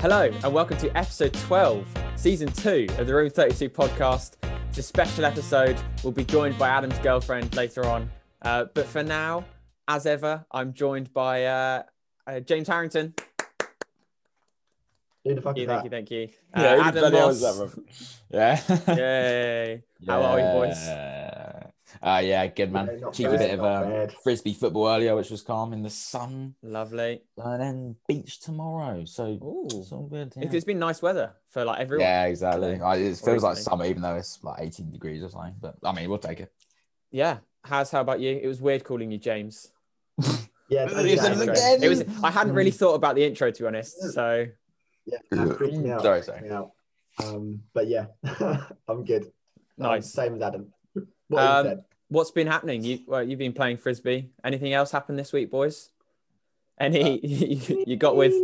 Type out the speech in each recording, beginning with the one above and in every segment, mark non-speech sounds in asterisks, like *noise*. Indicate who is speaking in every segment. Speaker 1: Hello, and welcome to episode 12, season two of the Room 32 podcast. This special episode will be joined by Adam's girlfriend later on. Uh, but for now, as ever, I'm joined by uh, uh, James Harrington.
Speaker 2: Who the fuck
Speaker 1: Thank you,
Speaker 2: is
Speaker 1: thank you,
Speaker 2: that?
Speaker 1: thank you. Uh,
Speaker 3: Yeah, who the
Speaker 1: Adam
Speaker 3: bloody hell is
Speaker 1: Moss.
Speaker 3: that
Speaker 1: *laughs*
Speaker 3: from? *laughs* Yeah.
Speaker 1: Yay. How are you, boys?
Speaker 3: Yeah. Ah, yeah, good
Speaker 2: Yeah,
Speaker 3: man.
Speaker 2: not
Speaker 3: Cheeky
Speaker 2: bad,
Speaker 3: bit of
Speaker 2: not
Speaker 3: um,
Speaker 2: bad.
Speaker 3: frisbee football earlier, which was calm in the sun,
Speaker 1: Lovely.
Speaker 3: and then beach tomorrow. So
Speaker 1: Ooh.
Speaker 3: it's all good.
Speaker 1: It-
Speaker 3: Yeah,
Speaker 1: It's been nice weather for like everyone.
Speaker 3: yeah exactly. I, it
Speaker 1: Or
Speaker 3: feels like
Speaker 1: evening.
Speaker 3: summer, even though it's like 18 degrees or something. But I mean, we'll take it.
Speaker 1: Yeah. How's how about you? It was weird calling you James.
Speaker 2: Yeah,
Speaker 3: Who
Speaker 2: bloody
Speaker 3: is
Speaker 2: hell,
Speaker 3: it
Speaker 2: James.
Speaker 3: again?
Speaker 1: It was I hadn't really thought about the intro to be honest. So
Speaker 2: Yeah, that freaked me out.
Speaker 3: Sorry, sorry.
Speaker 2: freaked me out. Um, but yeah, *laughs* I'm good. I'm
Speaker 1: nice.
Speaker 2: same as Adam. What
Speaker 1: Um,
Speaker 2: he said.
Speaker 1: What's been happening? You well, you've been playing frisbee. Anything else happened this week, boys? Any *laughs* you, you got with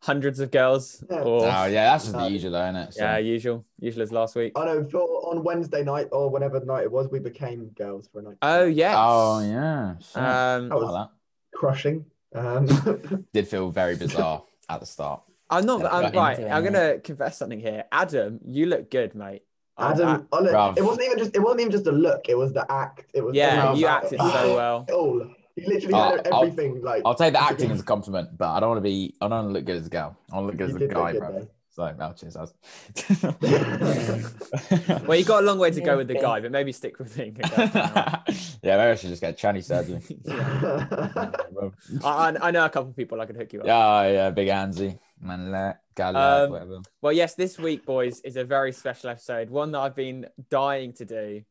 Speaker 1: hundreds of girls
Speaker 2: Yeah.
Speaker 1: or
Speaker 3: Oh, Uh, yeah, that's just
Speaker 2: Uh,
Speaker 3: the usual, though, isn't it? So,
Speaker 1: yeah, usual usual as last
Speaker 3: Oh,
Speaker 1: week.
Speaker 2: I know. For, on Wednesday night or whenever night it was, we became girls for a night.
Speaker 1: Oh yes.
Speaker 3: Oh, yeah. Shit.
Speaker 1: Um,
Speaker 2: That was
Speaker 3: Like
Speaker 2: crushing. Um,
Speaker 1: *laughs*
Speaker 3: that. Did feel very bizarre at the start.
Speaker 1: I'm not.
Speaker 3: Yeah,
Speaker 1: I'm
Speaker 3: right
Speaker 1: right.
Speaker 3: into
Speaker 1: I'm
Speaker 3: it.
Speaker 1: gonna confess something here. Adam, you look good, mate. I-
Speaker 2: Adam, I, look,
Speaker 3: Bruv.
Speaker 2: it wasn't even just. It wasn't even just a look. It was the act. It
Speaker 1: I-
Speaker 2: was.
Speaker 1: yeah,
Speaker 2: everything
Speaker 1: you
Speaker 2: about
Speaker 1: acted
Speaker 2: it.
Speaker 1: so uh, well.
Speaker 2: *laughs* All. You literally
Speaker 3: Oh,
Speaker 2: had
Speaker 3: I'll-
Speaker 2: everything. like *laughs*
Speaker 3: I'll take the acting as a compliment, but I don't want to be. I don't want to look good as a girl. I want to look
Speaker 2: You
Speaker 3: good as a
Speaker 2: did look
Speaker 3: guy,
Speaker 2: good,
Speaker 3: bro.
Speaker 2: though.
Speaker 3: So, no,
Speaker 1: *laughs*
Speaker 3: cheers, As.
Speaker 1: Well, you got a long way to go with the guy, but maybe stick with
Speaker 3: *laughs*
Speaker 1: being a guy for now.
Speaker 3: yeah, maybe I should just get tranny surgery.
Speaker 1: *laughs* yeah. I, I- I know a couple of people I could hook you up.
Speaker 3: yeah, yeah, big Anzi, man, let guy
Speaker 1: Um,
Speaker 3: love, whatever.
Speaker 1: Well, yes, this week, boys, is a very special episode, one that I've been dying to do.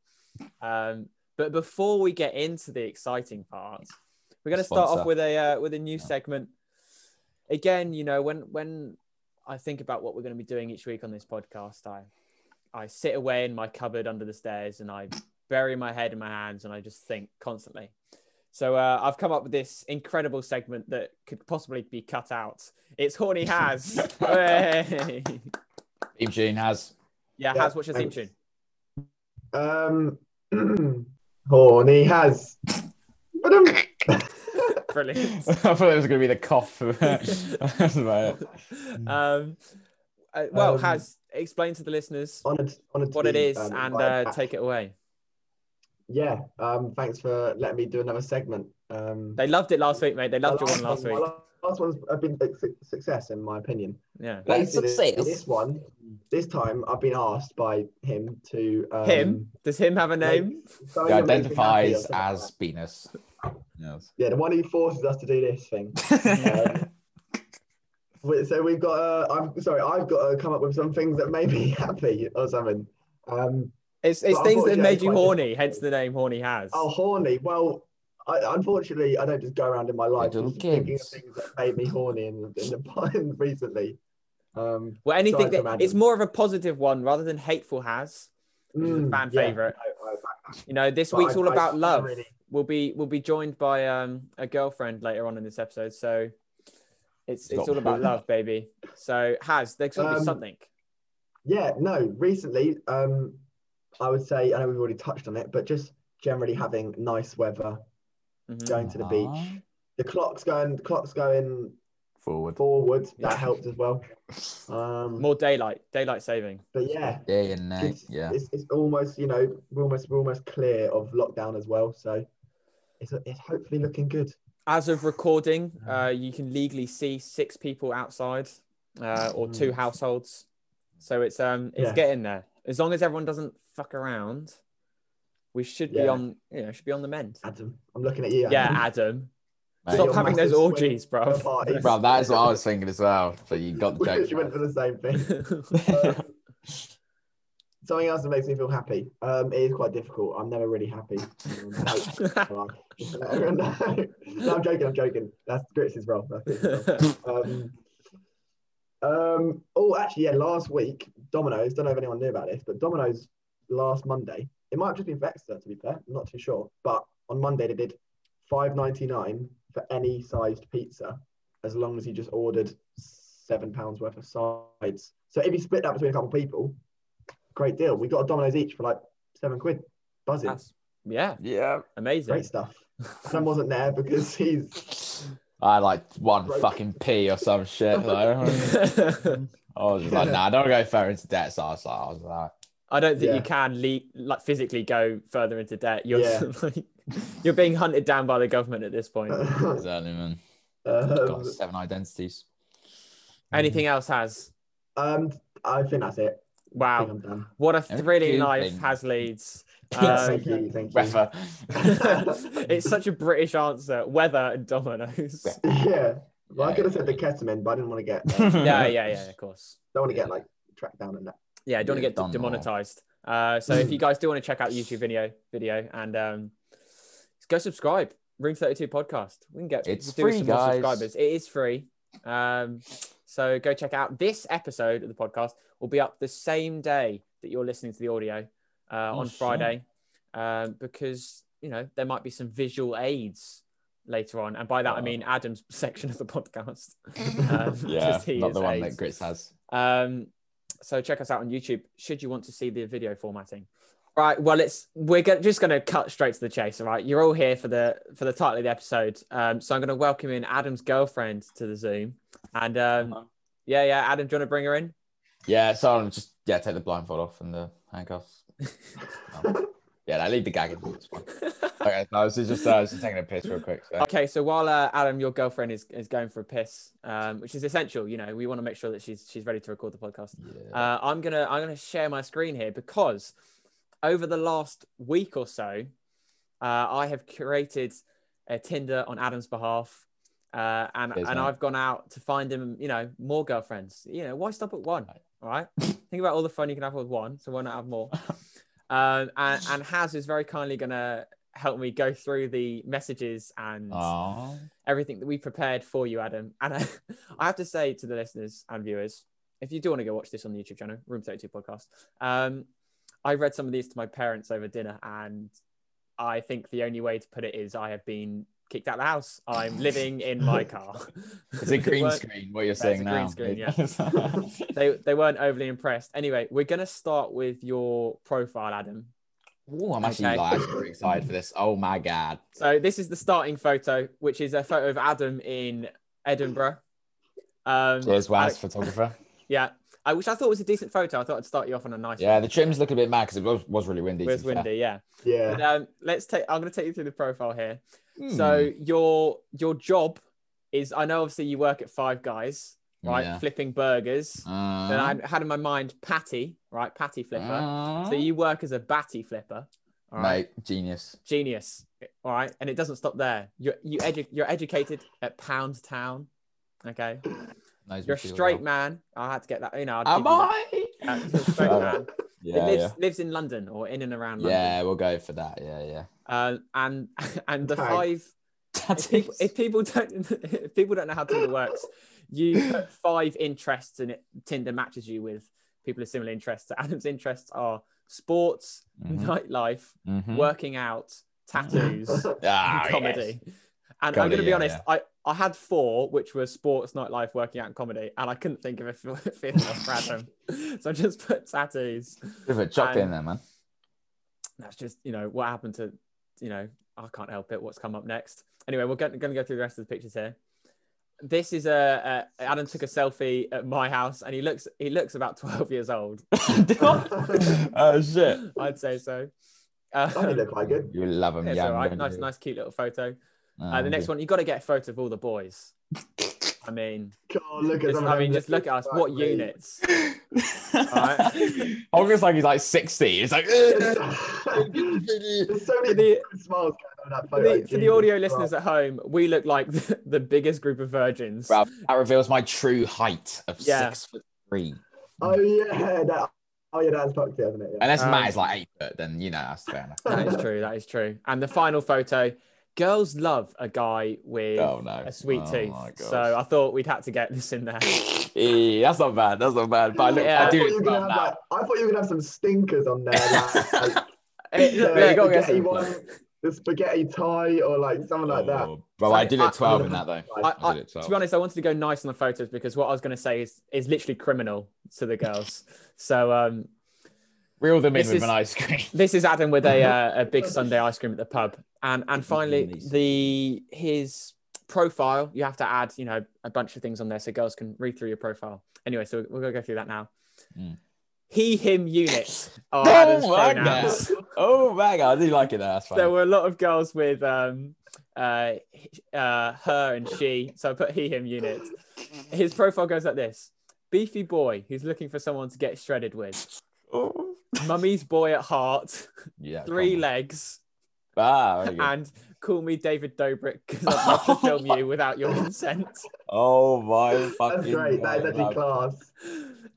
Speaker 1: Um, but before we get into the exciting part, we're going to start off
Speaker 3: Sponsor.
Speaker 1: with a uh, with a new
Speaker 3: Yeah.
Speaker 1: segment. Again, you know, when when I think about what we're going to be doing each week on this podcast, I I sit away in my cupboard under the stairs and I bury my head in my hands and I just think constantly. So uh, I've come up with this incredible segment that could possibly be cut out. It's horny has. Hey!
Speaker 3: Team
Speaker 1: *laughs*
Speaker 3: June has. *laughs*
Speaker 1: Yeah,
Speaker 2: Yeah,
Speaker 1: Has, what's your theme
Speaker 2: thanks.
Speaker 1: tune?
Speaker 2: um, *clears throat* horny has. But um,
Speaker 1: Brilliant.
Speaker 2: *laughs*
Speaker 3: I thought it was going to be
Speaker 1: *laughs*
Speaker 3: the cough. *laughs* That's about it.
Speaker 1: um, uh, well,
Speaker 2: Mm. Um,
Speaker 1: Has, explain to the listeners
Speaker 2: honoured, honoured to
Speaker 1: what it
Speaker 2: be,
Speaker 1: is
Speaker 2: um,
Speaker 1: and
Speaker 2: invited
Speaker 1: uh,
Speaker 2: back.
Speaker 1: take it away.
Speaker 2: Yeah, um, thanks for letting me do another segment. Um,
Speaker 1: They loved it last week, mate. They loved your one last
Speaker 2: my
Speaker 1: week.
Speaker 2: Last one's a big su- success, in my opinion.
Speaker 1: Yeah.
Speaker 3: That's
Speaker 2: Basically,
Speaker 3: success.
Speaker 2: This one, this time, I've been asked by him to um,
Speaker 1: Him? Does him have a name?
Speaker 2: so
Speaker 3: He
Speaker 2: that makes me happy or
Speaker 3: identifies
Speaker 2: something like
Speaker 3: as penis.
Speaker 1: *laughs*
Speaker 2: that.
Speaker 3: Yes.
Speaker 2: yeah, the one who forces us to do this thing. Um, *laughs* we- so we've got. Uh, I'm sorry, I've got to come up with some things that made me *laughs* happy or something. Um,
Speaker 1: It's, it's
Speaker 2: Well,
Speaker 1: things that
Speaker 2: unfortunately,
Speaker 1: made
Speaker 2: it's
Speaker 1: you
Speaker 2: quite
Speaker 1: horny,
Speaker 2: difficult.
Speaker 1: hence the name Horny Has.
Speaker 2: Oh, horny. Well, I, unfortunately, I don't just go around in my life
Speaker 3: Little
Speaker 2: just thinking of
Speaker 3: kids.
Speaker 2: things that made me horny in, in the in *laughs* recently. Um,
Speaker 1: well, anything
Speaker 2: sorry,
Speaker 1: that
Speaker 2: Adam.
Speaker 1: it's more of a positive one rather than hateful Has. Which is a
Speaker 2: mm,
Speaker 1: fan
Speaker 2: yeah,
Speaker 1: favourite.
Speaker 2: I- I-
Speaker 1: You know, this
Speaker 2: But
Speaker 1: week's
Speaker 2: I-
Speaker 1: all
Speaker 2: I
Speaker 1: about love.
Speaker 2: really-
Speaker 1: We'll be we'll be joined by um, a girlfriend later on in this episode, so it's it's
Speaker 3: Got
Speaker 1: all about
Speaker 3: one.
Speaker 1: love, baby. So Has, there's got to be
Speaker 2: Um,
Speaker 1: something.
Speaker 2: yeah, no. Recently, um, I would say I know we've already touched on it, but just generally having nice weather,
Speaker 1: Mhm.
Speaker 2: going to the
Speaker 3: Ah.
Speaker 2: beach, the clock's going, the clock's going
Speaker 3: Forward.
Speaker 2: forward.
Speaker 1: Yeah.
Speaker 2: That helped as well. Um,
Speaker 1: More daylight, daylight saving.
Speaker 2: but yeah,
Speaker 3: Yeah, yeah, no,
Speaker 2: it's,
Speaker 3: yeah.
Speaker 2: it's, it's almost you know we're almost we're almost clear of lockdown as well so it's, it's hopefully looking good
Speaker 1: As of recording,
Speaker 2: Mm-hmm.
Speaker 1: uh, you can legally see six people outside, uh, or two
Speaker 2: Mm.
Speaker 1: households. So it's um it's
Speaker 2: Yeah.
Speaker 1: getting there. As long as everyone doesn't fuck around, we should be
Speaker 2: Yeah.
Speaker 1: on you know should be on the mend.
Speaker 2: adam i'm looking at you
Speaker 1: Yeah,
Speaker 2: *laughs*
Speaker 1: Adam,
Speaker 3: Mate.
Speaker 1: stop
Speaker 2: Your
Speaker 1: having those
Speaker 2: massive
Speaker 1: orgies, bro.
Speaker 2: swing *laughs* parties.
Speaker 3: Bro, that is what I was thinking as well. So you got the
Speaker 2: we
Speaker 3: joke.
Speaker 2: literally went for the same
Speaker 3: *laughs*
Speaker 2: thing
Speaker 3: bro.
Speaker 2: something else that makes me feel happy um it is quite difficult i'm never really happy Um,
Speaker 3: *laughs*
Speaker 2: like, well, just let everyone know. *laughs* no, i'm joking i'm joking that's grits is wrong That's Gritz's role. um, um, oh actually yeah last week domino's don't know if anyone knew about this but domino's last monday it might have just been for exeter to be fair I'm not too sure but on monday they did 5.99 for any sized pizza as long as you just ordered seven pounds worth of sides so if you split that between a couple people great deal we got a domino's each for like seven quid buzzing
Speaker 1: That's- yeah,
Speaker 3: yeah.
Speaker 1: amazing.
Speaker 2: great stuff adam wasn't there because he's
Speaker 3: I like one
Speaker 2: Broke.
Speaker 3: fucking P or some shit. Like, *laughs* I was just like, nah, don't go further into debt. So I was like, I was like
Speaker 1: *laughs* I don't think
Speaker 2: Yeah.
Speaker 1: you can le- like physically go further into debt. You're
Speaker 2: Yeah.
Speaker 1: *laughs* like, you're being hunted down by the government at this point.
Speaker 3: exactly, man.
Speaker 2: *laughs* um,
Speaker 3: Got seven identities. *laughs*
Speaker 1: Anything else has?
Speaker 2: um, I think that's it. I think
Speaker 1: Wow,
Speaker 2: I'm done.
Speaker 1: what a
Speaker 3: Thank
Speaker 1: thrilling
Speaker 3: you.
Speaker 1: life
Speaker 3: Thank-
Speaker 1: has leads.
Speaker 3: Yes,
Speaker 1: Um,
Speaker 2: thank you. Thank you.
Speaker 1: *laughs*
Speaker 3: Refer.
Speaker 1: it's such a British answer. Weather and dominoes.
Speaker 2: yeah. Well, I
Speaker 3: Yeah,
Speaker 2: could have
Speaker 3: yeah.
Speaker 2: said the ketamine, but I didn't want to get.
Speaker 1: *laughs* Yeah, yeah, yeah. Of course.
Speaker 2: don't want to get like tracked down and that.
Speaker 1: yeah, don't
Speaker 3: Yeah,
Speaker 1: want to get
Speaker 3: done
Speaker 1: de-
Speaker 3: them all.
Speaker 1: demonetized. Uh, so
Speaker 3: *laughs*
Speaker 1: if you guys do want to check out the YouTube video, video and um, go subscribe. Room Thirty Two podcast. We can get
Speaker 3: It's
Speaker 1: do with
Speaker 3: free,
Speaker 1: more
Speaker 3: guys.
Speaker 1: subscribers. It is free. Um, so go check out this episode of the podcast. Will be up the same day that you're listening to the audio uh,
Speaker 3: Oh,
Speaker 1: on
Speaker 3: shit.
Speaker 1: Friday, um, because you know there might be some visual aids later on, and by that I
Speaker 3: Oh.
Speaker 1: mean Adam's *laughs* section of the
Speaker 3: *laughs*
Speaker 1: podcast. Um,
Speaker 3: yeah,
Speaker 1: just he
Speaker 3: not
Speaker 1: is
Speaker 3: the one
Speaker 1: AIDS.
Speaker 3: that Grits has.
Speaker 1: Um, so check us out on YouTube should you want to see the video formatting. Right. Well, it's we're go- just going to cut straight to the chase. All right, you're all here for the for the title of the episode. Um, so I'm going to welcome in Adam's girlfriend to the Zoom, and um, yeah, yeah, Adam, do you want to bring her in?
Speaker 3: Yeah, so I'm just yeah, take the blindfold off and the
Speaker 1: *laughs*
Speaker 3: handcuffs. Um, yeah, I leave the gag in. It's fine. Okay, no, this is just uh, I was just taking a piss real quick. So.
Speaker 1: okay. So while uh, Adam, your girlfriend is is going for a piss, um, which is essential. You know, we want to make sure that she's she's ready to record the podcast.
Speaker 3: Yeah.
Speaker 1: Uh, I'm gonna I'm gonna share my screen here because over the last week or so, uh, I have created a Tinder on Adam's behalf, uh, and
Speaker 3: Cheers,
Speaker 1: and
Speaker 3: mate.
Speaker 1: I've gone out to find him, you know, more girlfriends. You know, why stop at one? All right, think about all the fun you can have with one, so why not have
Speaker 3: *laughs*
Speaker 1: more? Um, and, and Haz is very kindly gonna help me go through the messages and
Speaker 3: Aw.
Speaker 1: everything that we prepared for you, Adam. *laughs* And I, I have to say to the listeners and viewers, if you do want to go watch this on the YouTube channel, Room 32 Podcast, um, I read some of these to my parents over dinner, and I think the only way to put it is I have been kicked out of the house. I'm living in
Speaker 3: *laughs*
Speaker 1: my car. *laughs*
Speaker 3: Is it green
Speaker 1: They weren't-
Speaker 3: screen? What you're
Speaker 1: That's
Speaker 3: saying
Speaker 1: a green
Speaker 3: now?
Speaker 1: screen,
Speaker 3: *laughs*
Speaker 1: *laughs* They, they weren't overly impressed. Anyway, we're going to start with your profile, Adam.
Speaker 3: Ooh, I'm actually
Speaker 1: Okay.
Speaker 3: like, actually pretty excited for this. Oh my god!
Speaker 1: So this is the starting photo, which is a photo of Adam in Edinburgh. Um, Alex-
Speaker 3: Cheers, Waz, photographer.
Speaker 1: *laughs* Yeah, I, which I thought was a decent photo. I thought I'd start you off on a nice.
Speaker 3: Yeah, the trims look a bit mad because it was, was really windy.
Speaker 1: one. Where's
Speaker 3: to be fair.
Speaker 1: Windy? Yeah. But,
Speaker 2: Yeah.
Speaker 1: um, let's take. I'm going to take you through the profile here.
Speaker 3: Hmm.
Speaker 1: So your your job is. I know obviously you work at Five Guys, right?
Speaker 3: Yeah.
Speaker 1: Flipping burgers.
Speaker 3: Uh,
Speaker 1: Then I had in my mind Patty, right? Patty flipper.
Speaker 3: uh,
Speaker 1: so you work as a batty flipper. All right.
Speaker 3: mate, genius.
Speaker 1: Genius. All right, and it doesn't stop there. You're you edu- you're educated at Pound Town. Okay,
Speaker 3: Knows
Speaker 1: you're a
Speaker 3: me too
Speaker 1: straight
Speaker 3: well.
Speaker 1: man. I had to get that. You know, I'd give
Speaker 3: Am
Speaker 1: you that.
Speaker 3: I?
Speaker 1: Yeah, he's
Speaker 3: *laughs*
Speaker 1: a straight man.
Speaker 3: Yeah,
Speaker 1: it lives,
Speaker 3: yeah.
Speaker 1: lives in London or in and around London.
Speaker 3: Yeah, we'll go for that. Yeah, yeah. *laughs*
Speaker 1: Uh, and *laughs* and the
Speaker 2: Okay.
Speaker 1: five if people, if people don't *laughs* if people don't know how Tinder works, you put five interests and it, Tinder matches you with people of similar interests. So Adam's interests are sports,
Speaker 3: Mhm,
Speaker 1: nightlife,
Speaker 3: mhm.
Speaker 1: working out,
Speaker 2: *laughs*
Speaker 1: tattoos, and
Speaker 3: *laughs* Ah, yes.
Speaker 1: comedy. And I'm
Speaker 3: Comedy,
Speaker 1: going to be
Speaker 3: yeah,
Speaker 1: honest,
Speaker 3: yeah.
Speaker 1: I, I had four, which were sports, nightlife, working out, and comedy, and I couldn't think of a *laughs* f- fifth one for Adam. So I just put tattoos.
Speaker 3: Bit of a chocolate
Speaker 1: And-
Speaker 3: in
Speaker 1: *laughs*
Speaker 3: there, man. *laughs*
Speaker 1: that's just you know what happened to you know I can't help it. What's come up next? Anyway, we're going to go through the rest of the pictures here. This is a, a Adam took a selfie at my house, and he looks he looks about *laughs* twelve years old.
Speaker 3: oh shit!
Speaker 1: I'd say so.
Speaker 2: That
Speaker 1: *laughs*
Speaker 2: did
Speaker 1: Uh,
Speaker 2: look quite good.
Speaker 3: You love them,
Speaker 1: it's
Speaker 3: yeah.
Speaker 1: all right. Nice, nice, cute little photo.
Speaker 3: Ah,
Speaker 1: Uh, the next one, you got to get a photo of all the boys. I
Speaker 2: *laughs*
Speaker 1: mean,
Speaker 2: God, Oh, look at
Speaker 1: just,
Speaker 2: some of
Speaker 1: I
Speaker 2: them.
Speaker 1: mean, just look at us. What
Speaker 2: Fuck me. *laughs*
Speaker 1: units?
Speaker 3: *laughs* right. August like he's like sixty. It's like.
Speaker 1: *laughs*
Speaker 2: *laughs* There's so many
Speaker 1: For the-
Speaker 2: different smiles going on in that
Speaker 1: For
Speaker 2: photo.
Speaker 1: the, for the
Speaker 2: Jesus
Speaker 1: audio
Speaker 2: Christ.
Speaker 1: listeners at home, we look like *laughs* the, the biggest group of virgins.
Speaker 3: Bro, that reveals my true height of
Speaker 1: Yeah.
Speaker 3: six foot three.
Speaker 2: Oh yeah, that. Oh yeah, that's fucked, hasn't it? Yeah.
Speaker 3: Unless
Speaker 1: Um,
Speaker 3: Matt is like eight foot, then you know that's fair
Speaker 1: *laughs*
Speaker 3: enough.
Speaker 1: That is
Speaker 3: *laughs*
Speaker 1: true. That is true. And the final photo, girls love a guy with
Speaker 3: Oh no,
Speaker 1: a sweet
Speaker 3: oh,
Speaker 1: tooth.
Speaker 3: my gosh.
Speaker 1: So I thought we'd had to get this in
Speaker 3: *laughs*
Speaker 1: there.
Speaker 3: Eh, that's not bad. That's not bad. But I, look,
Speaker 1: Yeah.
Speaker 3: I
Speaker 2: I,
Speaker 3: do
Speaker 2: thought you
Speaker 3: look
Speaker 2: were
Speaker 3: well
Speaker 2: gonna have,
Speaker 3: now.
Speaker 2: like, I thought you were gonna have some stinkers on there.
Speaker 1: *laughs*
Speaker 2: Like, like,
Speaker 1: It- Eh,
Speaker 2: the
Speaker 1: look,
Speaker 3: yeah, you
Speaker 1: look,
Speaker 3: got- gotta get
Speaker 2: spaghetti
Speaker 3: some
Speaker 2: one, the spaghetti tie, or like something like that.
Speaker 3: Oh, *laughs* Bro, I
Speaker 1: Sorry,
Speaker 3: did
Speaker 1: I-
Speaker 3: it twelve in
Speaker 2: I-
Speaker 3: that though.
Speaker 1: I- I-
Speaker 3: did it
Speaker 1: Uh, to
Speaker 3: 12.
Speaker 1: be honest, I wanted to go nice on the photos because what I was going to say is is literally criminal to the girls. So um,
Speaker 3: Reel them in
Speaker 1: this
Speaker 3: with
Speaker 1: is-
Speaker 3: an ice cream.
Speaker 1: *laughs* this is Adam
Speaker 3: Uh-huh.
Speaker 1: with a uh, a big Sunday ice cream at the pub, and and finally
Speaker 3: Nice.
Speaker 1: the his profile, you have to add, you know, a bunch of things on there so girls can read through your profile. Anyway, so we're gonna go through that now.
Speaker 3: Mm.
Speaker 1: He, him units
Speaker 3: *laughs*
Speaker 1: are
Speaker 3: Oh
Speaker 1: Adam's
Speaker 3: my
Speaker 1: pronouns.
Speaker 2: *laughs*
Speaker 3: Oh my god, I do like it though. That's fine.
Speaker 1: There were a lot of girls with um, uh, h- uh, her and she, so I put he, him units. His profile goes like this: beefy boy who's looking for someone to get shredded with,
Speaker 3: Oh.
Speaker 1: mummy's boy at heart,
Speaker 3: Yeah.
Speaker 1: three
Speaker 3: come on.
Speaker 1: legs,
Speaker 3: Ah, very good.
Speaker 1: and call me David Dobrik because I'd love to
Speaker 3: *laughs* Oh
Speaker 1: film
Speaker 3: my-
Speaker 1: you without your consent. *laughs*
Speaker 3: Oh my fucking.
Speaker 2: That's great. That is
Speaker 3: God,
Speaker 2: actually
Speaker 3: love.
Speaker 2: class.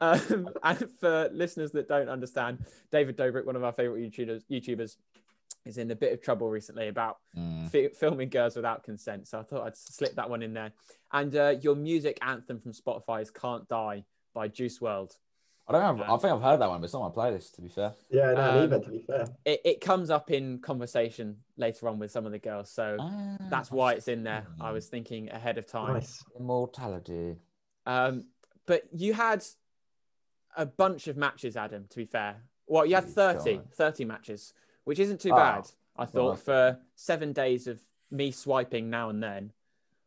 Speaker 1: Um, and for listeners that don't understand, David Dobrik, one of our favorite YouTubers, YouTubers is in a bit of trouble recently about
Speaker 3: Mm.
Speaker 1: fi- filming girls without consent. So I thought I'd slip that one in there. And uh, your music anthem from Spotify is "Can't Die" by Juice World.
Speaker 3: I don't have. I think I've heard that one, but it's not on my playlist. To be fair.
Speaker 2: Yeah, no,
Speaker 1: Um,
Speaker 2: neither, to be fair.
Speaker 1: It, it comes up in conversation later on with some of the girls, so
Speaker 3: Ah,
Speaker 1: that's why it's in there. I was thinking ahead of time.
Speaker 2: Nice.
Speaker 3: Immortality.
Speaker 1: Um, but you had a bunch of matches, Adam, to be fair. Well, you had
Speaker 3: Jeez,
Speaker 1: 30,
Speaker 3: Oh, God.
Speaker 1: 30 matches, which isn't too
Speaker 3: Oh,
Speaker 1: bad, I thought,
Speaker 3: that's
Speaker 1: for seven days of me swiping now and then.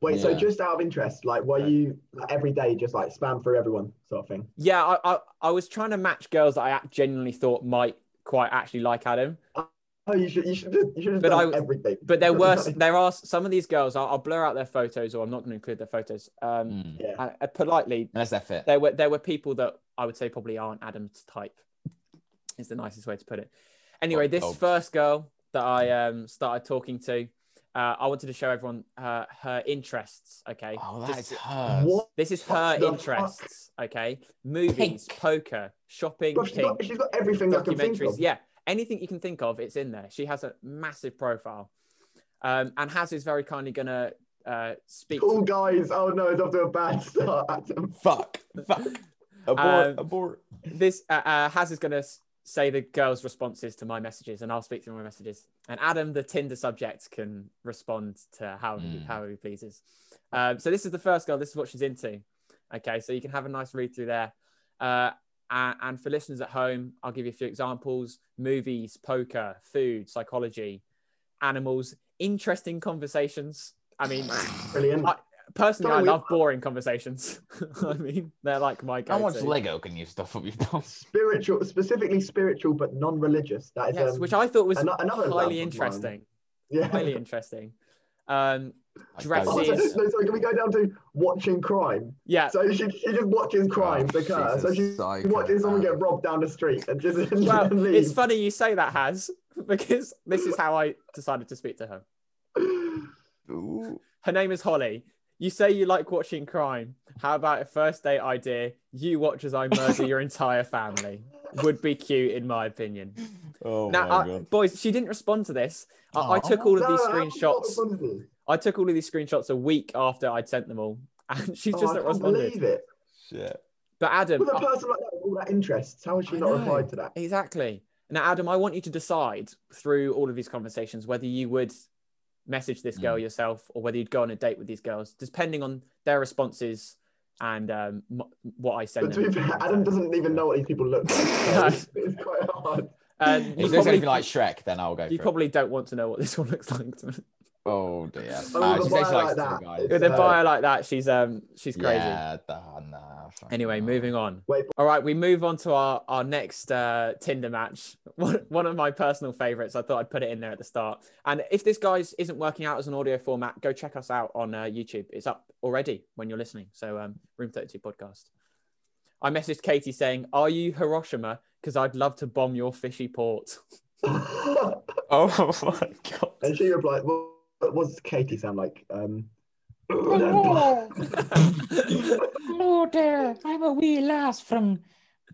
Speaker 2: Wait, so
Speaker 3: Yeah.
Speaker 2: just out of interest, like, were you like, every day just like spam through everyone sort of thing?
Speaker 1: Yeah, I, I, I was trying to match girls that I ac- genuinely thought might quite actually like Adam.
Speaker 2: Oh, you should, you should, just, you should have
Speaker 1: But
Speaker 2: done
Speaker 1: I-
Speaker 2: everything.
Speaker 1: But there
Speaker 2: *laughs*
Speaker 1: were,
Speaker 3: *laughs*
Speaker 2: Nice.
Speaker 1: there are some of these girls, I'll, I'll blur out their photos or I'm not going to include their photos. Um,
Speaker 3: Mm.
Speaker 2: Yeah.
Speaker 1: I- I politely,
Speaker 3: Unless they're fit.
Speaker 1: there were there were people that I would say probably aren't Adam's type. Is the nicest way to put it. Anyway,
Speaker 3: Well,
Speaker 1: this
Speaker 3: dogs.
Speaker 1: first girl that I um, started talking to, uh, I wanted to show everyone her her interests. Okay,
Speaker 3: Oh,
Speaker 1: Just-
Speaker 3: that's hers.
Speaker 2: What?
Speaker 1: this is her
Speaker 2: What the fuck?
Speaker 1: interests. Okay, movies, poker, shopping,
Speaker 2: Bro, she's,
Speaker 1: pink,
Speaker 2: got, she's got everything I can think
Speaker 1: documentaries.
Speaker 2: of.
Speaker 1: Yeah, anything you can think of, it's in there. She has a massive profile, um, and Haz is very kindly gonna uh, speak. to
Speaker 2: Cool guys. Oh no, it's off to a bad start. Adam.
Speaker 3: Fuck. Fuck. Abort.
Speaker 1: Um,
Speaker 3: abort.
Speaker 1: this uh, uh Haz is gonna s- say the girls' responses to my messages, and I'll speak through my messages. And Adam, the Tinder subject, can respond to however he,
Speaker 2: Hmm.
Speaker 3: Mm.
Speaker 1: however he pleases. Um, so this is the first girl. This is what she's into. Okay, so you can have a nice read through there. Uh, and, and for listeners at home, I'll give you a few examples: movies, poker, food, psychology, animals, interesting conversations. I mean,
Speaker 2: Brilliant.
Speaker 1: I- personally, I
Speaker 2: Sorry, we-
Speaker 1: love boring conversations. *laughs* I mean, they're like my
Speaker 3: How much
Speaker 1: go-to.
Speaker 3: Lego can you stuff up your bum?
Speaker 2: Spiritual, specifically spiritual, but non-religious. That is
Speaker 1: Yes,
Speaker 2: um,
Speaker 1: which I thought was
Speaker 2: ano- another love of
Speaker 1: highly
Speaker 2: mine. *laughs*
Speaker 1: interesting.
Speaker 2: yeah.
Speaker 1: Highly interesting. Um,
Speaker 3: Like
Speaker 1: *laughs* Dresses.
Speaker 2: Oh, so,
Speaker 1: This is-
Speaker 2: no, sorry, can we go down to watching crime?
Speaker 1: yeah,
Speaker 2: *laughs* So she, she just watches crime
Speaker 3: Oh,
Speaker 2: occur.
Speaker 3: she's a
Speaker 2: So she
Speaker 3: psycho,
Speaker 2: watches someone
Speaker 3: man.
Speaker 2: get robbed down the street and just
Speaker 1: well,
Speaker 2: leaves.
Speaker 1: it's funny you say that, Has, *laughs* because this is how I decided to speak to her.
Speaker 3: *laughs* Ooh.
Speaker 1: Her name is Holly. You say you like watching crime. How about a first date idea? You watch as I murder your entire family. Would be cute, in my opinion.
Speaker 3: Oh
Speaker 1: now,
Speaker 3: my
Speaker 1: I-
Speaker 3: god.
Speaker 1: boys, she didn't respond to this. I, I
Speaker 3: Oh.
Speaker 1: took all of these
Speaker 2: No, I-
Speaker 1: screenshots. I took all of these screenshots a week after I'd sent them all, *laughs* and she's
Speaker 2: Oh,
Speaker 1: just
Speaker 2: I
Speaker 1: not
Speaker 2: can't
Speaker 1: responded.
Speaker 2: believe it.
Speaker 3: Shit.
Speaker 1: But Adam,
Speaker 2: With a
Speaker 1: I-
Speaker 2: person like that, with all that interests, how has she
Speaker 1: I
Speaker 2: not
Speaker 1: know.
Speaker 2: replied to that?
Speaker 1: Exactly. Now, Adam, I want you to decide through all of these conversations whether you would message this
Speaker 3: Mm.
Speaker 1: girl yourself or whether you'd go on a date with these girls, depending on their responses and um, m- what I send
Speaker 2: But to
Speaker 1: them.
Speaker 2: be fair, Adam doesn't even know what these people look
Speaker 1: *laughs*
Speaker 2: like. so it's, it's quite hard. *laughs*
Speaker 1: Uh,
Speaker 3: If
Speaker 1: you
Speaker 3: there's
Speaker 1: probably,
Speaker 3: anything like Shrek, then I'll go.
Speaker 1: you
Speaker 3: for it.
Speaker 1: probably don't want to know what this one looks like. *laughs* to me.
Speaker 3: Oh dear.
Speaker 2: Oh,
Speaker 3: Nah,
Speaker 2: the
Speaker 3: she's
Speaker 2: bio
Speaker 3: actually like
Speaker 2: like
Speaker 3: some
Speaker 2: that.
Speaker 3: guy.
Speaker 1: With a
Speaker 2: No.
Speaker 1: bio like that, she's um, she's crazy.
Speaker 3: Yeah, nah, nah,
Speaker 1: *laughs*
Speaker 3: fuck
Speaker 1: Anyway,
Speaker 3: no.
Speaker 1: moving on.
Speaker 2: Wait.
Speaker 1: All right, we move on to our, our next uh, Tinder match. *laughs* One, one of my personal favorites. I thought I'd put it in there at the start. And if this guy's isn't working out as an audio format, go check us out on uh, YouTube. It's up already when you're listening. So, um, Room 32 podcast. I messaged Katie saying, Are you Hiroshima? Because I'd love to bomb your fishy port. *laughs*
Speaker 3: Oh my god.
Speaker 2: and she replied, well, what does Katie sound like?
Speaker 1: *laughs*
Speaker 2: Um, *laughs*
Speaker 4: Hello.
Speaker 1: That's
Speaker 4: Hello there. I'm a wee lass from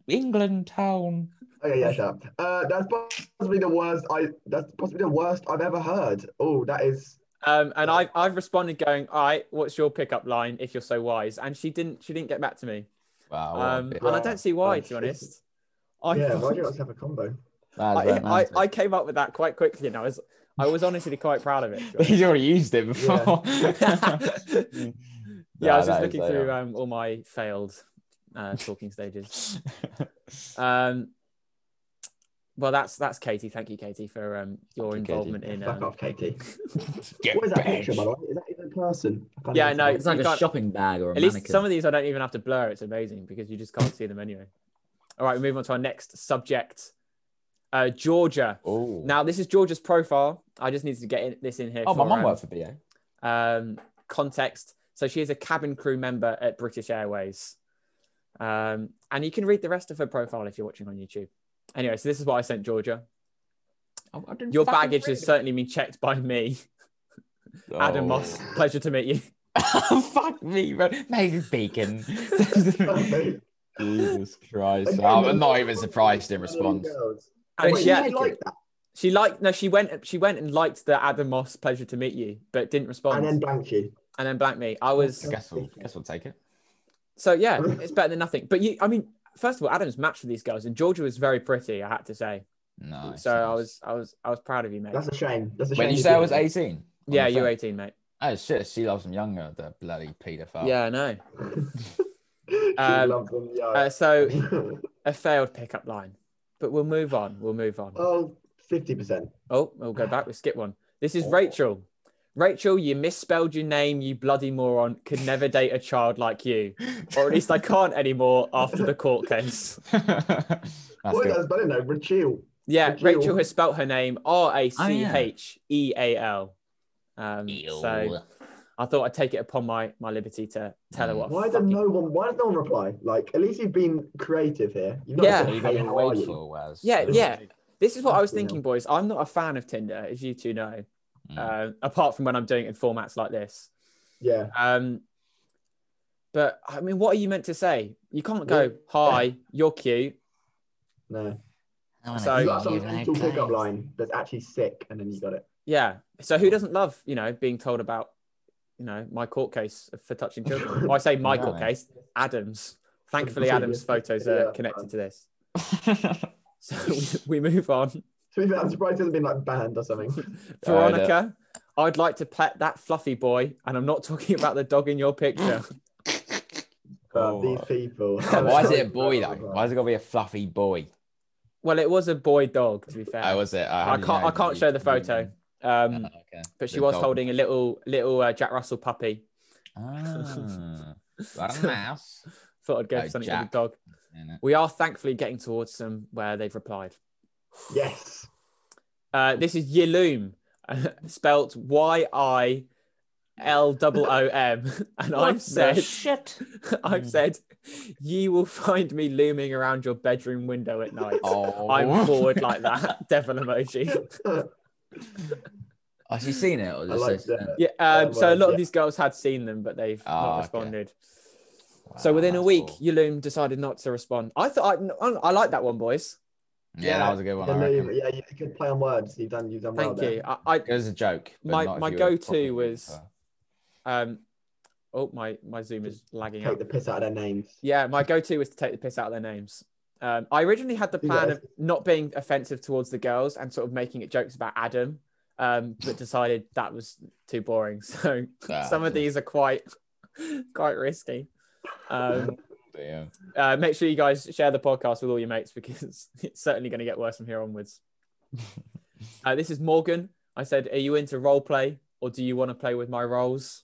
Speaker 4: England town.
Speaker 2: Okay, yeah, sure. Uh, that's possibly the worst. I that's possibly the worst I've ever heard. Oh, that is.
Speaker 1: Um, and I've, I've responded going, all right, what's your pickup line if you're so wise? And she didn't she didn't get back to me.
Speaker 3: Wow. what a
Speaker 1: Um,
Speaker 3: bit-
Speaker 1: and I don't see why,
Speaker 2: Oh,
Speaker 1: to be
Speaker 2: shit.
Speaker 1: honest. I,
Speaker 2: yeah, why do you not have a combo?
Speaker 3: That is
Speaker 1: I, I,
Speaker 3: romantic.
Speaker 1: I came up with that quite quickly, and I was I was honestly quite proud of it. to be
Speaker 5: *laughs*
Speaker 1: honest.
Speaker 3: *laughs* He's already used
Speaker 1: *laughs*
Speaker 3: it before.
Speaker 1: Yeah. *laughs* yeah, I was just
Speaker 3: *laughs* Nah, that is-
Speaker 1: looking
Speaker 3: they
Speaker 1: through
Speaker 3: are.
Speaker 1: um, all my failed uh, talking stages. uh, Um, well, that's that's Katie. Thank you, Katie, for um, your
Speaker 3: Thank you, Katie.
Speaker 1: involvement in.
Speaker 2: Fuck
Speaker 1: Um,
Speaker 2: off, Katie.
Speaker 3: *laughs* Get
Speaker 2: What is that
Speaker 3: bashed.
Speaker 2: picture, by the way? Is that, is that different person. I can't
Speaker 1: Yeah,
Speaker 2: even
Speaker 1: I know.
Speaker 2: tell.
Speaker 5: It's like
Speaker 1: You
Speaker 5: a
Speaker 1: can't-
Speaker 5: shopping bag or a
Speaker 1: At
Speaker 5: mannequin.
Speaker 1: least some of these I don't even have to blur. It's amazing because you just can't see them anyway. All right, we move on to our next subject. Uh, Georgia.
Speaker 3: Oh.
Speaker 1: Now this is Georgia's profile. I just needed to get in, this in here.
Speaker 3: oh, my
Speaker 1: for,
Speaker 3: mum
Speaker 1: um,
Speaker 3: worked for BA.
Speaker 1: um, context. So she is a cabin crew member at British Airways. Um, and you can read the rest of her profile if you're watching on YouTube. Anyway, so this is what I sent Georgia.
Speaker 3: Oh, I- I
Speaker 2: Mm,
Speaker 3: didn't
Speaker 1: Your
Speaker 3: fucking
Speaker 1: baggage
Speaker 3: read
Speaker 1: has certainly been checked by me,
Speaker 3: it.
Speaker 1: Adam
Speaker 3: Oh.
Speaker 1: Moss.
Speaker 3: *laughs*
Speaker 1: Oh, Pleasure to meet you.
Speaker 2: *laughs*
Speaker 3: Fuck me, bro. Maybe bacon. *laughs* Jesus Christ.
Speaker 2: Again,
Speaker 3: I'm
Speaker 2: I'm
Speaker 3: not even surprised in
Speaker 2: One of these
Speaker 3: response.
Speaker 2: girls.
Speaker 1: And
Speaker 2: Wait,
Speaker 1: yeah,
Speaker 2: you like that,
Speaker 1: she liked. No, she went. She went and liked the Adam Moss. Pleasure to meet you, but didn't respond.
Speaker 2: and then blank you.
Speaker 1: and then blanked me. I was.
Speaker 3: I guess we'll, guess we'll take it.
Speaker 1: So
Speaker 2: *laughs*
Speaker 1: yeah, it's better than nothing. But you, I mean, first of all, Adam's matched with these girls, and Georgia was very pretty. I had to say.
Speaker 3: No.
Speaker 1: so I was, I was, I was proud of you, mate.
Speaker 2: That's a shame. That's a shame.
Speaker 3: When you say I was
Speaker 2: didn't.
Speaker 3: 18? On
Speaker 1: yeah,
Speaker 3: the
Speaker 1: you're
Speaker 3: phone?
Speaker 1: 18, mate.
Speaker 3: Oh, shit. She loves them younger, the bloody paedophile. *laughs*
Speaker 1: Yeah, I know.
Speaker 2: *laughs* She
Speaker 1: Um,
Speaker 2: loves them, yo.
Speaker 1: Uh, so a failed pickup line, but we'll move on. We'll move on.
Speaker 2: *laughs* oh, 50%.
Speaker 1: Oh, we'll go back. We'll skip one. This is
Speaker 3: Oh.
Speaker 1: Rachel. Rachel, you misspelled your name, you bloody moron. Could never date a child like you. Or at least I can't anymore after the court case.
Speaker 3: That's
Speaker 2: What
Speaker 3: good.
Speaker 2: does that know? Rachel.
Speaker 1: Yeah,
Speaker 2: Rachel.
Speaker 1: Rachel has spelt her name R A
Speaker 3: Oh,
Speaker 1: C
Speaker 3: yeah.
Speaker 1: H E A L. Um, so I thought I'd take it upon my, my liberty to tell her what.
Speaker 2: Why
Speaker 1: Why
Speaker 2: does no one? Why does no one reply? Like, at least you've been creative here. You've
Speaker 1: Yeah.
Speaker 2: not
Speaker 3: So
Speaker 2: said,
Speaker 1: *laughs*
Speaker 3: you've
Speaker 2: "Hey,
Speaker 3: been
Speaker 2: how are you?"
Speaker 3: wasteful, Wes.
Speaker 1: Yeah,
Speaker 3: That's
Speaker 1: yeah.
Speaker 3: good.
Speaker 1: This is what I was
Speaker 2: Fucking hell.
Speaker 1: thinking, boys. I'm not a fan of Tinder, as you two know,
Speaker 3: Mm.
Speaker 1: uh, apart from when I'm doing it in formats like this.
Speaker 2: Yeah.
Speaker 1: Um, but I mean, what are you meant to say? You can't go, "Hi, you're cute."
Speaker 2: No.
Speaker 1: So-
Speaker 2: You got some mental pickup line that's actually sick, and then you got it.
Speaker 1: Yeah. So who doesn't love, you know, being told about, you know, my court case for touching children? Well, I say my court
Speaker 3: Right.
Speaker 1: case, Adams. Thankfully, Adams' photos
Speaker 2: Yeah.
Speaker 1: are connected to this. So we we move on.
Speaker 2: *laughs* To be fair, I'm surprised it hasn't been like banned or
Speaker 1: *laughs*
Speaker 2: something.
Speaker 3: Alright,
Speaker 1: Veronica, I'd like to pet that fluffy boy, and I'm not talking about the dog in your picture.
Speaker 2: God,
Speaker 3: Oh.
Speaker 2: these
Speaker 1: *laughs*
Speaker 2: people.
Speaker 3: Why is
Speaker 2: *laughs*
Speaker 3: it a boy though? Why is it gotta be a fluffy boy?
Speaker 1: Well, it was a boy dog, to be fair.
Speaker 3: Oh, was it? Oh, how
Speaker 1: I
Speaker 3: do you
Speaker 1: can't.
Speaker 3: know?
Speaker 1: I can't
Speaker 3: You-
Speaker 1: show the
Speaker 3: you-
Speaker 1: photo.
Speaker 3: Oh,
Speaker 1: Um,
Speaker 3: okay.
Speaker 1: but she
Speaker 3: The
Speaker 1: was
Speaker 3: dog.
Speaker 1: holding a little little uh, Jack Russell
Speaker 3: *laughs*
Speaker 1: puppy.
Speaker 3: Ah, like a mouse.
Speaker 1: *laughs* Thought I'd go
Speaker 3: Oh,
Speaker 1: for something
Speaker 3: Jack.
Speaker 1: with a dog. We are thankfully getting towards some where they've replied.
Speaker 2: Yes.
Speaker 1: Uh, this is Yilum, *laughs* spelt Y I L O O M, *laughs* and I've said,
Speaker 4: shit.
Speaker 1: *laughs* I've
Speaker 3: Hmm.
Speaker 1: said, ye will find me looming around your bedroom window at night.
Speaker 3: *laughs* Oh, *laughs*
Speaker 1: I'm bored like that. *laughs* Devil emoji.
Speaker 3: Has she Oh, seen it? Or
Speaker 2: I
Speaker 3: just
Speaker 2: like
Speaker 3: said-
Speaker 2: that.
Speaker 1: Yeah. Um, so a lot
Speaker 2: yeah.
Speaker 1: of these girls had seen them, but they've
Speaker 3: Oh Ah,
Speaker 1: not
Speaker 3: okay.
Speaker 1: responded. so
Speaker 3: Wow,
Speaker 1: within a
Speaker 3: that's
Speaker 1: week,
Speaker 3: cool.
Speaker 1: Yulum decided not to respond. I thought I, I, I like that one, boys.
Speaker 3: Yeah, that was a good one. I
Speaker 2: Yeah,
Speaker 3: reckon.
Speaker 2: yeah, you could play on words. You've done. You've done well
Speaker 1: Thank
Speaker 2: there.
Speaker 1: you. I, I
Speaker 3: It was a joke. but
Speaker 1: My-
Speaker 3: not if
Speaker 1: my
Speaker 3: you were
Speaker 1: go-to
Speaker 3: properly
Speaker 1: was-
Speaker 3: her.
Speaker 1: um, oh my my Zoom is lagging
Speaker 2: Take
Speaker 1: out.
Speaker 2: the piss out of their names.
Speaker 1: Yeah, my go-to was to take the piss out of their names. Um, I originally had the
Speaker 2: Do
Speaker 1: plan
Speaker 2: that.
Speaker 1: of not being offensive towards the girls and sort of making it jokes about Adam, um, but decided that was too boring. *laughs* So
Speaker 3: Ah,
Speaker 1: some of
Speaker 3: cool.
Speaker 1: these are quite *laughs* quite risky. Um,
Speaker 3: Yeah.
Speaker 1: uh, make sure you guys share the podcast with all your mates because *laughs* it's certainly going to get worse from here
Speaker 3: *laughs*
Speaker 1: onwards. uh, this is Morgan. I said, "Are you into role play or do you want to play with my roles?"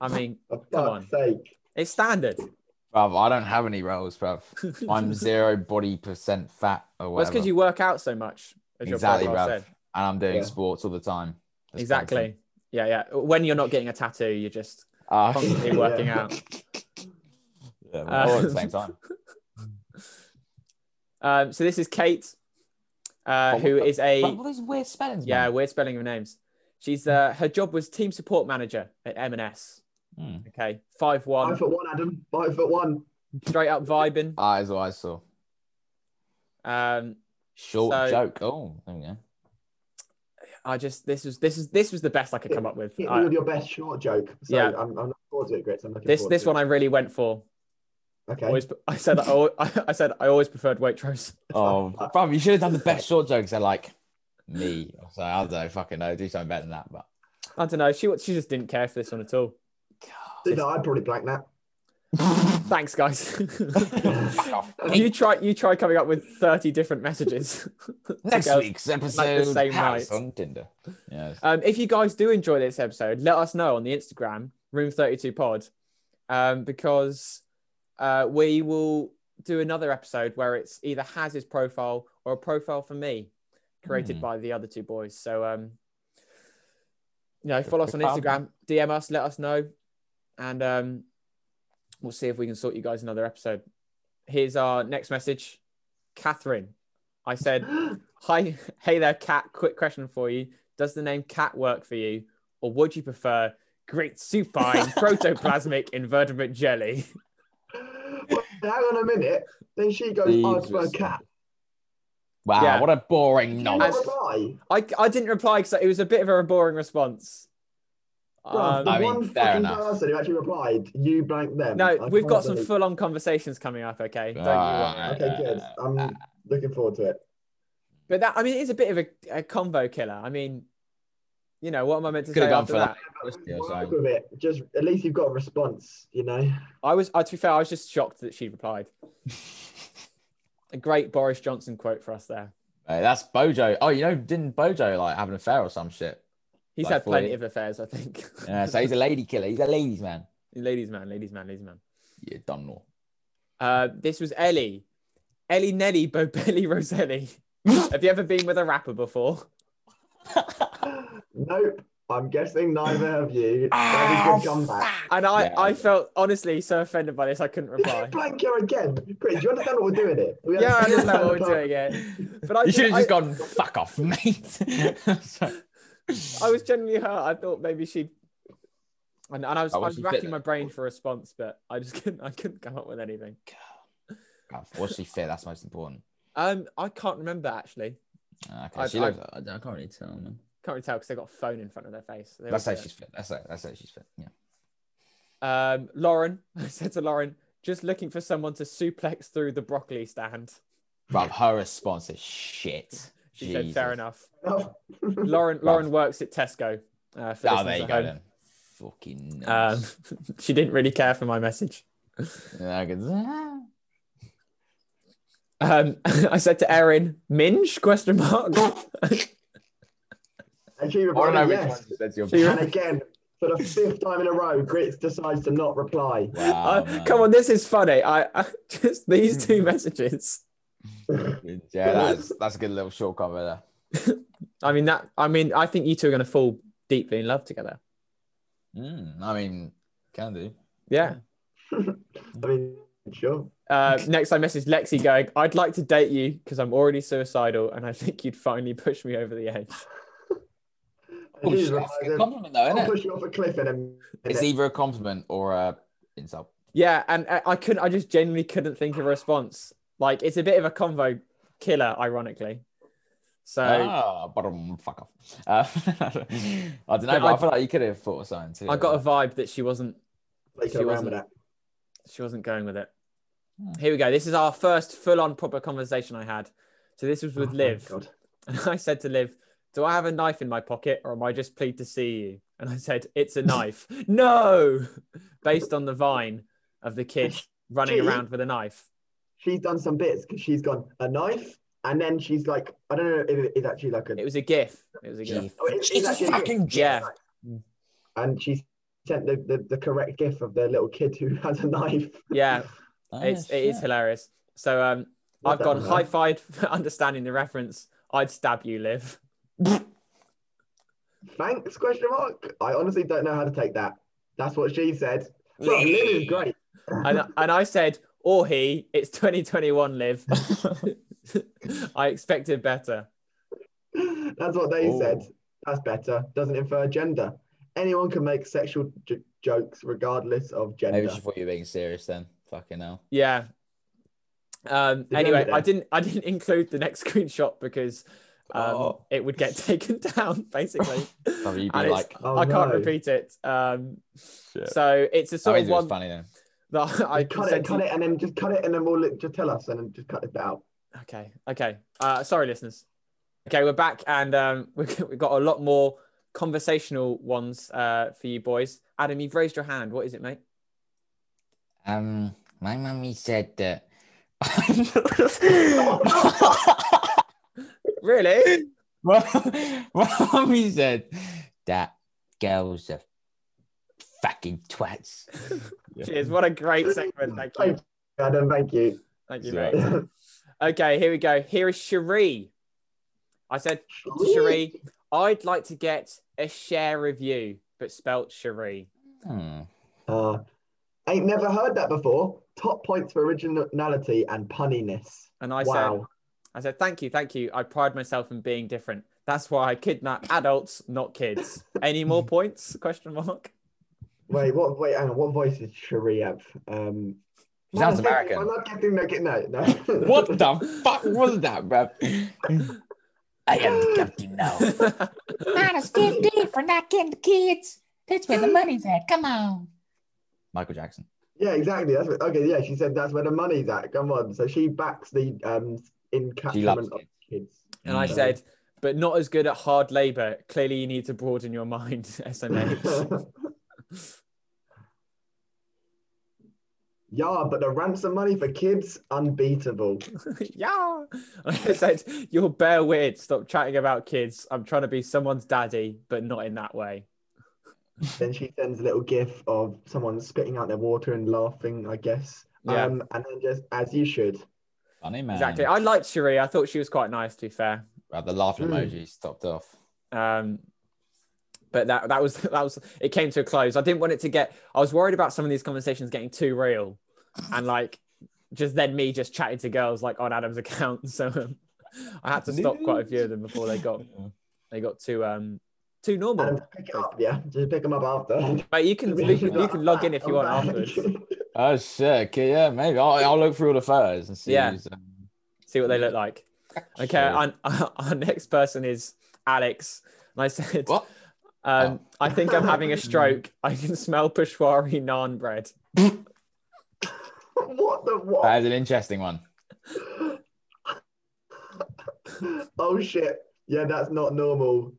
Speaker 1: I mean,
Speaker 2: For
Speaker 1: Come
Speaker 2: fuck's sake.
Speaker 1: it's standard.
Speaker 3: Bruv, I don't have any rolls, bruv. *laughs*
Speaker 1: *laughs*
Speaker 3: I'm zero body percent fat or
Speaker 1: Well, it's
Speaker 3: whatever.
Speaker 1: because you work out so much. As
Speaker 3: exactly,
Speaker 1: your podcast
Speaker 3: bruv.
Speaker 1: said.
Speaker 3: And I'm doing
Speaker 2: Yeah.
Speaker 3: sports all the time. That's
Speaker 1: Exactly.
Speaker 3: constant.
Speaker 1: Yeah, yeah. When you're not getting a tattoo, you're
Speaker 3: *laughs*
Speaker 1: just
Speaker 3: Ah,
Speaker 1: *laughs* constantly
Speaker 2: Yeah.
Speaker 1: working out.
Speaker 3: yeah, we're *laughs* all at the
Speaker 1: Uh, *laughs*
Speaker 3: same time.
Speaker 1: Um, so this is Kate, uh,
Speaker 3: Oh,
Speaker 1: who
Speaker 3: what the
Speaker 1: is a
Speaker 4: But all these weird spellings.
Speaker 1: yeah
Speaker 4: man.
Speaker 1: weird spelling of names. She's uh, her job was team support manager at M&S.
Speaker 3: Hmm.
Speaker 1: Okay, five one.
Speaker 2: Five foot one, Adam. Five foot one.
Speaker 1: straight up vibing.
Speaker 3: Ah, is what I saw.
Speaker 1: Um,
Speaker 3: Short
Speaker 1: So-
Speaker 3: joke. Oh, there we go.
Speaker 1: I just this was this is this was the best I could come up with.
Speaker 2: Hit me
Speaker 1: I-
Speaker 2: with your best short joke. So
Speaker 1: Yeah.
Speaker 2: I'm, I'm looking forward to it, Grits. I'm looking
Speaker 1: this
Speaker 2: forward
Speaker 1: this
Speaker 2: to
Speaker 1: one I really went for.
Speaker 2: It. Okay.
Speaker 1: Always, I said I, al- *laughs* I said I always preferred Waitrose.
Speaker 3: *laughs* Oh, bruv, you should have done the best short jokes. They're like me. So I don't know, fucking know. Do something better than that.
Speaker 1: *laughs*
Speaker 3: But
Speaker 1: I don't know. She wa- she just didn't care for this one at all.
Speaker 2: Dude, no, I'd probably blank that.
Speaker 1: Thanks,
Speaker 2: *laughs*
Speaker 1: guys. *laughs*
Speaker 3: Fuck off.
Speaker 1: you try you try coming up with 30 different messages.
Speaker 3: Next
Speaker 1: Girls
Speaker 3: week's episode
Speaker 1: same
Speaker 3: House
Speaker 1: night.
Speaker 3: on Tinder. Yes.
Speaker 1: Um, if you guys do enjoy this episode, let us know on the Instagram, Room 32 Pod, um, because uh, we will do another episode where it's either Haz's profile or a profile for me created
Speaker 3: Hmm.
Speaker 1: by the other two boys. So, um, you know,
Speaker 3: Good
Speaker 1: follow us on
Speaker 3: profile.
Speaker 1: Instagram, DM us, let us know, and um, we'll see if we can sort you guys another episode. Here's our next message Catherine. I said, Hi, hey there, Cat. Quick question for you. Does the name Cat work for you, or would you prefer Great Supine Protoplasmic Invertebrate Jelly?
Speaker 2: *laughs* Well, hang on a minute. Then she goes, I swear,
Speaker 3: Jesus.
Speaker 2: cat.
Speaker 3: Wow,
Speaker 1: Yeah.
Speaker 3: what a boring
Speaker 2: Did you
Speaker 3: novel.
Speaker 2: not reply?
Speaker 1: I, I didn't reply because it was a bit of a boring response.
Speaker 2: Bruh,
Speaker 1: Um,
Speaker 2: the
Speaker 3: I mean,
Speaker 2: one
Speaker 3: fair
Speaker 2: fucking
Speaker 3: enough.
Speaker 2: person who actually replied, you blanked them.
Speaker 1: no,
Speaker 2: I
Speaker 1: we've
Speaker 2: can't
Speaker 1: got some
Speaker 2: believe-
Speaker 1: full on conversations coming up, okay? Don't you worry.
Speaker 3: Ah.
Speaker 2: Okay, good. I'm looking forward to it.
Speaker 1: But that, I mean, it is a bit of a, a combo killer. I mean, you know, what am I meant to
Speaker 3: Could have
Speaker 1: say
Speaker 3: gone
Speaker 1: after
Speaker 3: for
Speaker 1: that?
Speaker 3: that. Christy or
Speaker 2: Work
Speaker 3: something.
Speaker 2: with it. Just at least you've got a response, you know. *gasps*
Speaker 1: I was, uh, to be fair, I was just shocked that she
Speaker 3: *laughs*
Speaker 1: replied. a great Boris Johnson quote for us there.
Speaker 3: Hey, that's Bojo. Oh, you know, didn't Bojo like have an affair or some shit?
Speaker 1: He's
Speaker 3: Like
Speaker 1: had plenty
Speaker 3: 40.
Speaker 1: of affairs, I think.
Speaker 3: Yeah, so he's a lady killer. He's a ladies man.
Speaker 1: *laughs* Ladies man, ladies man, ladies man.
Speaker 3: Yeah, done all.
Speaker 1: Uh, this was Ellie. Ellie Nelly *laughs* Bobelli
Speaker 3: *laughs*
Speaker 1: Roselli. Have you ever been with a rapper before?
Speaker 2: Nope. I'm guessing neither
Speaker 1: *laughs*
Speaker 2: of you.
Speaker 3: Ah,
Speaker 2: Very
Speaker 1: oh,
Speaker 2: good comeback.
Speaker 1: And I,
Speaker 3: Yeah,
Speaker 1: I
Speaker 3: yeah.
Speaker 1: felt honestly so offended by this, I couldn't
Speaker 2: Did you
Speaker 3: *laughs*
Speaker 1: reply.
Speaker 2: blank her again? Chris, do you understand what we're doing here? We
Speaker 1: yeah, I understand what we're doing here. But I,
Speaker 3: you should have
Speaker 1: I,
Speaker 3: just gone, fuck off, *laughs* mate. Sorry.
Speaker 1: I was genuinely hurt. I thought maybe she'd. And, and I was, I
Speaker 3: Oh, well,
Speaker 1: was
Speaker 3: she fit
Speaker 1: racking
Speaker 3: then.
Speaker 1: my brain for a response, but I just *laughs* couldn't, I couldn't come up with anything.
Speaker 3: God, What's she fit? That's most important.
Speaker 1: Um, I can't remember actually.
Speaker 3: Ah, Okay,
Speaker 1: I-
Speaker 3: she
Speaker 1: I-
Speaker 3: looks. I, don't- I can't really tell, man.
Speaker 1: Can't really tell because they got a phone in front of their face. They
Speaker 3: Let's
Speaker 1: all
Speaker 3: say
Speaker 1: do it.
Speaker 3: she's fit. Let's say, let's say she's fit. Yeah.
Speaker 1: Um, Lauren, *laughs* I said to Lauren, just looking for someone to suplex through the broccoli stand.
Speaker 3: But her response is shit.
Speaker 1: She said, fair
Speaker 3: Jesus.
Speaker 1: enough.
Speaker 2: *laughs* Oh,
Speaker 3: *laughs*
Speaker 1: Lauren, Lauren works at Tesco. Uh, for
Speaker 3: Oh,
Speaker 1: listeners
Speaker 3: there you
Speaker 1: at
Speaker 3: go
Speaker 1: home.
Speaker 3: then. Fucking. nuts.
Speaker 1: Um, *laughs* she didn't really care for my message.
Speaker 3: And I go, "Ah."
Speaker 1: Um, *laughs* I said to Erin, "Minge?" Question
Speaker 3: *laughs*
Speaker 1: mark. *laughs* Uh,
Speaker 2: and she
Speaker 3: I don't know
Speaker 2: replied
Speaker 3: which
Speaker 2: yes.
Speaker 3: one said to your
Speaker 1: She-
Speaker 2: And again, for the fifth time in a row, Grits decides to not reply.
Speaker 1: *laughs*
Speaker 3: Wow,
Speaker 1: Uh, *laughs* come on, this is funny. I, I *laughs* just these
Speaker 3: *laughs*
Speaker 1: two messages.
Speaker 3: man. Yeah, that's that's a good little short cover there.
Speaker 1: I mean that. I mean, I think you two are going to fall deeply in love together.
Speaker 3: Mm, I mean, can do.
Speaker 1: Yeah.
Speaker 2: I mean, sure.
Speaker 1: Uh, next, I messaged Lexi going, "I'd like to date you because I'm already suicidal, and I think you'd finally push me over the edge."
Speaker 2: And
Speaker 3: Oh,
Speaker 2: she
Speaker 3: shit, that's a
Speaker 2: replies,
Speaker 3: good compliment though,
Speaker 2: I'll
Speaker 3: isn't it?
Speaker 2: push you off a cliff in a minute.
Speaker 3: It's either a compliment or a insult.
Speaker 1: Yeah, and uh, I, I couldn't. I just genuinely couldn't think of a response. Like it's a bit of a convo killer, ironically. So
Speaker 3: Ah, but um, fuck off. Uh, *laughs* I don't know,
Speaker 1: Yeah,
Speaker 3: but I,
Speaker 1: I-
Speaker 3: feel like you could have thought of something too.
Speaker 1: I got a vibe that she wasn't.
Speaker 2: Like
Speaker 1: She
Speaker 2: around
Speaker 1: wasn't-
Speaker 2: with that.
Speaker 1: She wasn't going with it.
Speaker 3: Hmm.
Speaker 1: Here we go. This is our first full-on proper conversation I had. So this was with
Speaker 2: Oh,
Speaker 1: Liv.
Speaker 2: God.
Speaker 1: And I said to Liv, Do I have a knife in my pocket or am I just pleased to see you? And I said, It's a knife. *laughs* no! Based on the vine of the kid running
Speaker 2: Gee.
Speaker 1: around with a knife.
Speaker 2: She's done some bits because she's gone a knife, and then she's like, I don't know if it- it's actually like a.
Speaker 1: It was a gif. It was a
Speaker 3: Yeah.
Speaker 1: gif.
Speaker 2: Oh, it- it's
Speaker 3: It's a
Speaker 2: actually gif.
Speaker 3: fucking
Speaker 1: Yeah.
Speaker 3: gif.
Speaker 2: And she sent the, the, the correct gif of the little kid who *laughs* has a knife.
Speaker 1: Yeah, it's, it is
Speaker 3: Oh, shit.
Speaker 1: hilarious. So um,
Speaker 2: What
Speaker 1: I've
Speaker 2: the
Speaker 1: gone
Speaker 2: hell?
Speaker 1: high five for *laughs* understanding the reference. I'd stab you, Liv.
Speaker 2: Thanks? Question mark. I honestly don't know how to take that. That's what she said. Bro, Lynn is great.
Speaker 1: And, and I said, Or he, it's 2021, Liv. *laughs* I expected better.
Speaker 2: *laughs* That's what they
Speaker 3: Oh.
Speaker 2: said. That's better. Doesn't infer gender. Anyone can make sexual j- jokes regardless of gender.
Speaker 3: Maybe she thought you were being serious then. Fucking hell.
Speaker 1: Yeah. Um,
Speaker 2: Did you
Speaker 1: anyway,
Speaker 2: remember
Speaker 1: I
Speaker 2: that?
Speaker 1: didn't I didn't include the next *laughs* screenshot because um,
Speaker 3: Oh.
Speaker 1: it would get *laughs* taken down basically.
Speaker 3: Probably you'd be
Speaker 1: And it's-
Speaker 3: like,
Speaker 2: Oh,
Speaker 1: I can't
Speaker 2: no.
Speaker 1: repeat it. Um,
Speaker 3: Shit.
Speaker 1: so it's a
Speaker 3: that
Speaker 1: sort of
Speaker 3: means it was
Speaker 1: one
Speaker 3: funny then.
Speaker 1: that *laughs* I
Speaker 2: cut it,
Speaker 1: consented.
Speaker 2: cut it, and then just cut it, and then we'll li- just tell us, and then just cut it out.
Speaker 1: Okay, okay. Uh, sorry, listeners. Okay, we're back and um, *laughs* we've we've got a lot more conversational ones uh, for you boys. Adam, you've raised your hand. What is it, mate?
Speaker 4: Um, my mummy
Speaker 3: *laughs*
Speaker 4: said that.
Speaker 1: Really?
Speaker 4: my my mummy said that girls are fucking twats.
Speaker 3: Yeah.
Speaker 1: Cheers. What a
Speaker 2: *laughs*
Speaker 1: great segment. Thank you.
Speaker 2: Thank you, Adam. Thank you.
Speaker 1: Thank you,
Speaker 3: Sorry.
Speaker 1: mate. Okay, here we go. Here is Cherie. I said to Cherie, I'd like to get a share review, but spelt Cherie.
Speaker 4: Hmm.
Speaker 2: *laughs* Uh, ain't never heard that before. Top points for originality and punniness.
Speaker 1: And I said,
Speaker 2: wow.
Speaker 1: I said, thank you, thank you. I pride myself in being different. That's why I kidnap adults, not kids. Any more points? Question mark.
Speaker 2: Wait, what? Wait, hang on. What voice is Cherie have? Um,
Speaker 4: She sounds
Speaker 2: man, I'm
Speaker 4: American.
Speaker 2: getting- I'm not getting no, get-
Speaker 3: *laughs*
Speaker 2: no, no.
Speaker 4: What the fuck was that, bruv? I am the captain now.
Speaker 5: Not a stiff D for not getting the kids. That's where the money's at. Come on.
Speaker 3: Michael Jackson.
Speaker 2: Yeah, exactly. That's what, okay. Yeah, she said that's where the money's at. Come on. So she backs the um
Speaker 3: She loves
Speaker 2: encapsulation of
Speaker 3: it.
Speaker 2: kids.
Speaker 1: *laughs* And I
Speaker 3: Mm.
Speaker 1: said, but not as good at hard labor. Clearly, you need to broaden your mind, *laughs*
Speaker 2: *laughs*
Speaker 1: SMH.
Speaker 2: yeah, but the ransom money for kids unbeatable.
Speaker 1: yeah. I said, you're bare weird. Stop chatting about kids. I'm trying to be someone's daddy, but not in that way.
Speaker 2: then she sends a little gif of someone spitting out their water and laughing, I guess.
Speaker 1: Yeah.
Speaker 2: Um, and then just as you should.
Speaker 3: Funny man.
Speaker 1: Exactly. I liked Cherie. I thought she was quite nice, to be fair.
Speaker 3: Bruv, the laughing
Speaker 2: Mm.
Speaker 3: emoji stopped off.
Speaker 1: Um, but that that was that was it came to a close. I didn't want it to get. I was worried about some of these conversations getting too real, and like just then me just chatting to girls like on Adam's *laughs* account. So um, I had to stop quite a few of them before they got they got too um too
Speaker 2: And
Speaker 1: normal.
Speaker 2: pick it up, yeah. Just pick them up after.
Speaker 1: But you
Speaker 2: *laughs*
Speaker 1: can you can, you can log in if you want afterwards.
Speaker 3: Oh shit! Okay, yeah, maybe I'll, I'll look through all the photos and see.
Speaker 1: Yeah.
Speaker 3: who's, um,
Speaker 1: See what they look like. Okay, our, our next person is Alex, and I said,
Speaker 3: What? Oh.
Speaker 1: Um, I think I'm having a stroke. I can smell Peshwari naan bread."
Speaker 2: what the
Speaker 3: That
Speaker 2: what?
Speaker 3: is an interesting one.
Speaker 2: *laughs* oh shit. Yeah, that's not normal.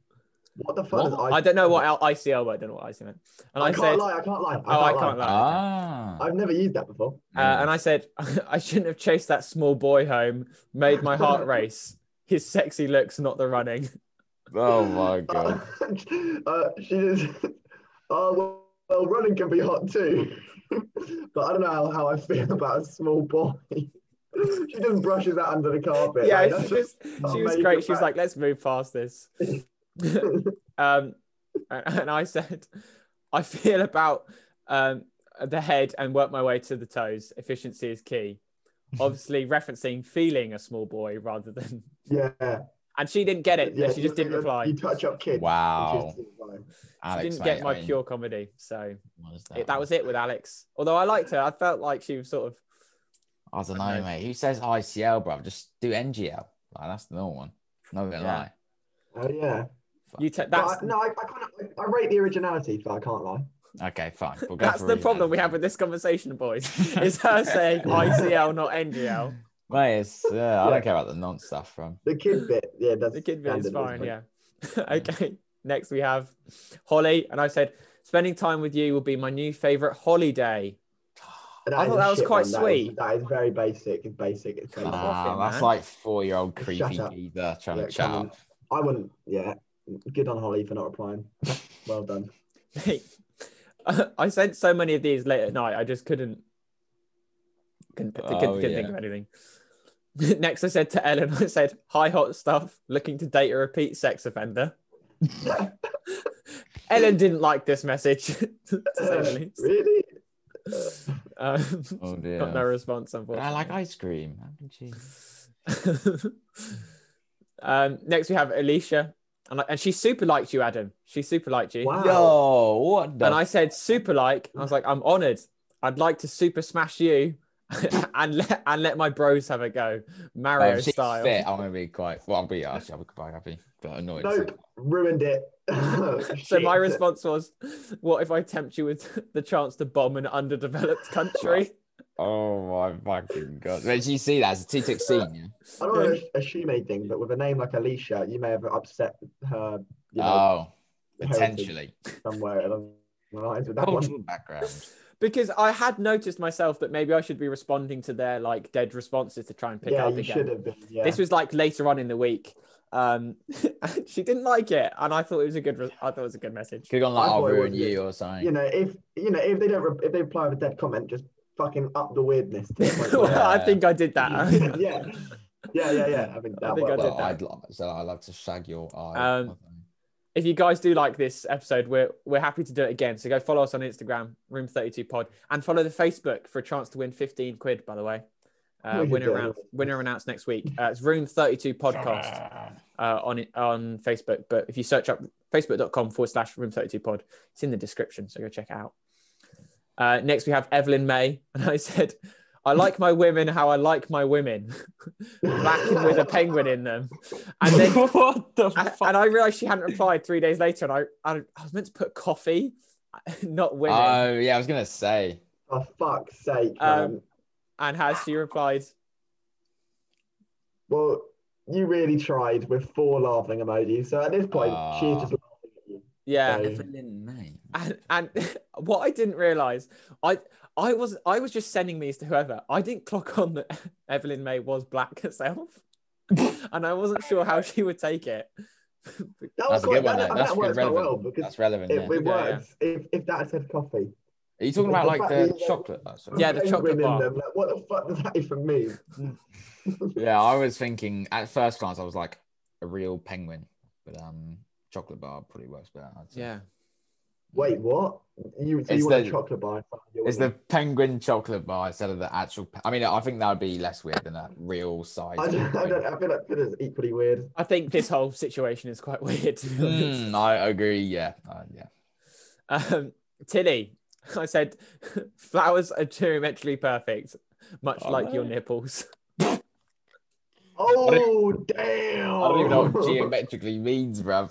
Speaker 2: What the fuck?
Speaker 3: What?
Speaker 2: Is
Speaker 1: I don't know what L- ICL word. I don't know what ICL meant. And
Speaker 2: I,
Speaker 1: I,
Speaker 2: can't
Speaker 1: said,
Speaker 2: lie, I can't lie. I can't
Speaker 1: "Oh, I
Speaker 2: lie.
Speaker 1: can't lie."
Speaker 3: Ah.
Speaker 2: I've never used that before.
Speaker 1: Uh,
Speaker 2: *laughs*
Speaker 1: and I said, *laughs* "I shouldn't have chased that small boy home. Made my heart race. His sexy looks, not the running."
Speaker 2: *laughs*
Speaker 3: oh my god.
Speaker 2: uh, she is. *laughs* Oh well, well, running can be hot too, *laughs* but I don't know how, how I feel about a small boy. *laughs* she just brushes that under the carpet.
Speaker 1: yeah, she
Speaker 2: like, that's
Speaker 1: was,
Speaker 2: not
Speaker 1: she was
Speaker 2: made
Speaker 1: great.
Speaker 2: of
Speaker 1: She was
Speaker 2: that.
Speaker 1: like, "Let's move past
Speaker 2: *laughs*
Speaker 1: this." *laughs* um, and, and I said, "I feel about um, the head and work my way to the toes. Efficiency is
Speaker 2: *laughs*
Speaker 1: key." Obviously, referencing feeling a small boy rather than.
Speaker 2: yeah,
Speaker 1: And she didn't get it.
Speaker 2: yeah.
Speaker 1: she just didn't
Speaker 2: you-
Speaker 1: reply.
Speaker 2: You touch up kids. and
Speaker 3: Wow.
Speaker 2: she just didn't reply.
Speaker 1: I
Speaker 3: Alex,
Speaker 1: didn't get
Speaker 3: mate,
Speaker 1: my
Speaker 3: I mean,
Speaker 1: pure comedy. So
Speaker 3: what is that,
Speaker 1: it, that was it with Alex. Although I liked her, I felt like she was sort of
Speaker 3: I don't
Speaker 1: Okay.
Speaker 3: know, mate. Who says ICL, bro? Just do NGL. Like that's the normal one. Not gonna
Speaker 1: Yeah.
Speaker 3: lie.
Speaker 2: Oh yeah.
Speaker 1: you. Te-
Speaker 2: But
Speaker 1: that's
Speaker 2: I, no, I, I can't. I, I rate the originality, but I can't lie.
Speaker 3: Okay, fine.
Speaker 1: *laughs*
Speaker 3: We'll go
Speaker 1: that's
Speaker 3: for
Speaker 1: the
Speaker 3: it,
Speaker 1: problem
Speaker 3: man.
Speaker 1: we have with this conversation,
Speaker 3: *laughs*
Speaker 1: boys. Is her saying ICL not NGL?
Speaker 3: Mate, it's, yeah, I
Speaker 2: Yeah.
Speaker 3: don't care about the non stuff from.
Speaker 1: *laughs*
Speaker 2: The kid bit, yeah, that's
Speaker 1: The kid bit is fine.
Speaker 2: standard, isn't it?
Speaker 1: Yeah. *laughs* okay. Next we have Holly, and I said spending time with you will be my new favorite holiday. *laughs*
Speaker 2: And
Speaker 1: I
Speaker 2: is
Speaker 1: thought
Speaker 2: a
Speaker 1: that was
Speaker 2: shit
Speaker 1: quite
Speaker 2: one.
Speaker 1: sweet.
Speaker 2: That is, that is very basic. It's basic. It's basic.
Speaker 1: off
Speaker 3: Nah,
Speaker 1: it,
Speaker 3: that's
Speaker 1: man.
Speaker 3: like four year old
Speaker 2: Shut
Speaker 3: creepy
Speaker 2: up.
Speaker 3: geezer trying
Speaker 2: Yeah,
Speaker 3: to chat
Speaker 2: come on.
Speaker 3: up.
Speaker 2: I wouldn't. Yeah, good on Holly for not replying. *laughs* well done.
Speaker 1: I sent so many of these late at night. I just couldn't. Couldn't, couldn't,
Speaker 3: Oh,
Speaker 1: couldn't think of
Speaker 3: yeah.
Speaker 1: anything. *laughs* Next, I said to Ellen, I said, "Hi, hot stuff. Looking to date a repeat sex offender." *laughs* Ellen didn't like this message. *laughs* to say the least. *laughs*
Speaker 2: *laughs* really?
Speaker 1: Um,
Speaker 3: Oh
Speaker 1: *laughs*
Speaker 3: dear.
Speaker 1: Got no response,
Speaker 3: But I
Speaker 1: unfortunately.
Speaker 3: like ice cream. How can she-
Speaker 1: *laughs* um, next, we have Alicia, and, I- and she super liked you, Adam. She super liked you.
Speaker 2: Wow.
Speaker 3: Yo, what the
Speaker 1: Ah. And I said super like. I was like, I'm honoured. I'd like to super smash you, *laughs* and let and let my bros have a go,
Speaker 3: Bro,
Speaker 2: Oh,
Speaker 1: Mario
Speaker 3: if she's
Speaker 1: style.
Speaker 3: fit, I'm gonna be quite. Well, I'll be actually. I'll be quite happy, but annoyed.
Speaker 2: Nope. Ruined it. *laughs*
Speaker 1: So
Speaker 2: Shit.
Speaker 1: my response was, "What if I tempt you with *laughs* the chance to bomb an underdeveloped country?"
Speaker 3: Oh my fucking god! Did you see that? It's a two tick scene. Yeah?
Speaker 1: *laughs*
Speaker 2: I don't
Speaker 1: Um,
Speaker 2: want to assume anything, but with a name like
Speaker 1: Ah,
Speaker 2: Alicia, *laughs* you may have upset her. You know,
Speaker 3: Oh,
Speaker 2: heritage
Speaker 3: potentially.
Speaker 2: somewhere along Right, with that
Speaker 1: Oh,
Speaker 2: one.
Speaker 3: Cultural
Speaker 2: *laughs*
Speaker 3: background.
Speaker 1: because I had noticed myself that maybe I should be responding to their like dead responses to try and pick
Speaker 2: yeah,
Speaker 1: up
Speaker 2: you
Speaker 1: again.
Speaker 2: should have been. Yeah.
Speaker 1: This was like later on in the week. Um, *laughs* and she didn't like it, and I thought it was a good. Re- I thought it was a good message.
Speaker 3: Could have gone like,
Speaker 2: I
Speaker 3: I'll
Speaker 2: thought it
Speaker 3: ruin
Speaker 2: was
Speaker 3: you or something.
Speaker 2: you know, if you know if they don't re- if they reply with a dead comment, just fucking up the weirdness. To the point
Speaker 1: Well, *laughs*
Speaker 2: where- *laughs*
Speaker 1: I think I did *laughs* that.
Speaker 2: yeah, yeah, yeah, yeah. I think that
Speaker 1: I think I
Speaker 2: worked.
Speaker 1: did
Speaker 3: well,
Speaker 1: that.
Speaker 3: I'd lo- so I love to shag your eye.
Speaker 1: Um, if you guys do like this episode, we're we're happy to do it again. So go follow us on Instagram, Room Thirty Two Pod, and follow the Facebook for a chance to win fifteen quid. By the way, uh,
Speaker 2: We should
Speaker 1: winner
Speaker 2: do it.
Speaker 1: announced, winner announced next week. Uh, it's Room Thirty Two Podcast. uh, on it on Facebook. But if you search up facebook.com forward slash room 32 pod, it's in the description. So go check it out. Uh, next, we have Evelyn May. *laughs* And I said, I like my women how I like my women, black and
Speaker 2: *laughs*
Speaker 1: with a penguin in
Speaker 4: *laughs*
Speaker 1: them. And then
Speaker 4: what the
Speaker 1: and
Speaker 4: fuck?
Speaker 1: and I realized she hadn't replied three days later. And I, I, I was meant to put coffee, *laughs* not
Speaker 3: Oh
Speaker 1: women.
Speaker 3: yeah, I was gonna say.
Speaker 2: For fuck's sake.
Speaker 1: Um,
Speaker 2: man.
Speaker 1: and has she replied,
Speaker 2: well, you really tried with four laughing emojis. So at this point,
Speaker 3: Ah.
Speaker 2: she's just laughing at you.
Speaker 3: Oh,
Speaker 1: Yeah.
Speaker 2: So-
Speaker 3: Evelyn May.
Speaker 1: and and *laughs* what I didn't realize, I I was I was just sending these to whoever. I didn't clock on that *laughs* Evelyn May was black *laughs* herself, and I wasn't sure how she would take it.
Speaker 2: That was
Speaker 3: That's a
Speaker 2: quite,
Speaker 3: good one.
Speaker 2: that,
Speaker 3: though.
Speaker 2: I mean,
Speaker 3: That's
Speaker 2: that
Speaker 3: good
Speaker 2: works quite
Speaker 3: relevant.
Speaker 2: well because
Speaker 3: That's relevant.
Speaker 2: it,
Speaker 3: Yeah.
Speaker 2: it
Speaker 1: Yeah, yeah.
Speaker 2: works. If, if that said coffee,
Speaker 3: Are you talking about like the chocolate? that sort of-
Speaker 1: Yeah, the
Speaker 2: Penguin
Speaker 1: chocolate
Speaker 2: in
Speaker 1: bar.
Speaker 2: them, like, what the fuck does that even mean?
Speaker 3: Yeah, I was thinking at first glance, I was like a real penguin, but um, chocolate bar probably works better. I'd say.
Speaker 1: Yeah,
Speaker 2: Wait, what? You, so
Speaker 3: It's
Speaker 2: you want
Speaker 3: the-
Speaker 2: a chocolate bar? in front of your
Speaker 3: It's the
Speaker 2: woman?
Speaker 3: penguin chocolate bar instead of the actual. pe- I mean, I think that would be less weird than a real size.
Speaker 2: *laughs* I, don't, I, don't, I feel like it is equally weird.
Speaker 1: I think this whole situation is quite *laughs* weird. to be honest.
Speaker 3: Mm, I agree. Yeah, uh, yeah.
Speaker 1: Um, Tilly, *laughs* I said, flowers are geometrically perfect, much
Speaker 4: Oh,
Speaker 1: like your
Speaker 4: no.
Speaker 1: nipples.
Speaker 2: Oh damn!
Speaker 3: I don't even
Speaker 2: *laughs*
Speaker 3: know
Speaker 2: Oh.
Speaker 3: what geometrically means, bruv.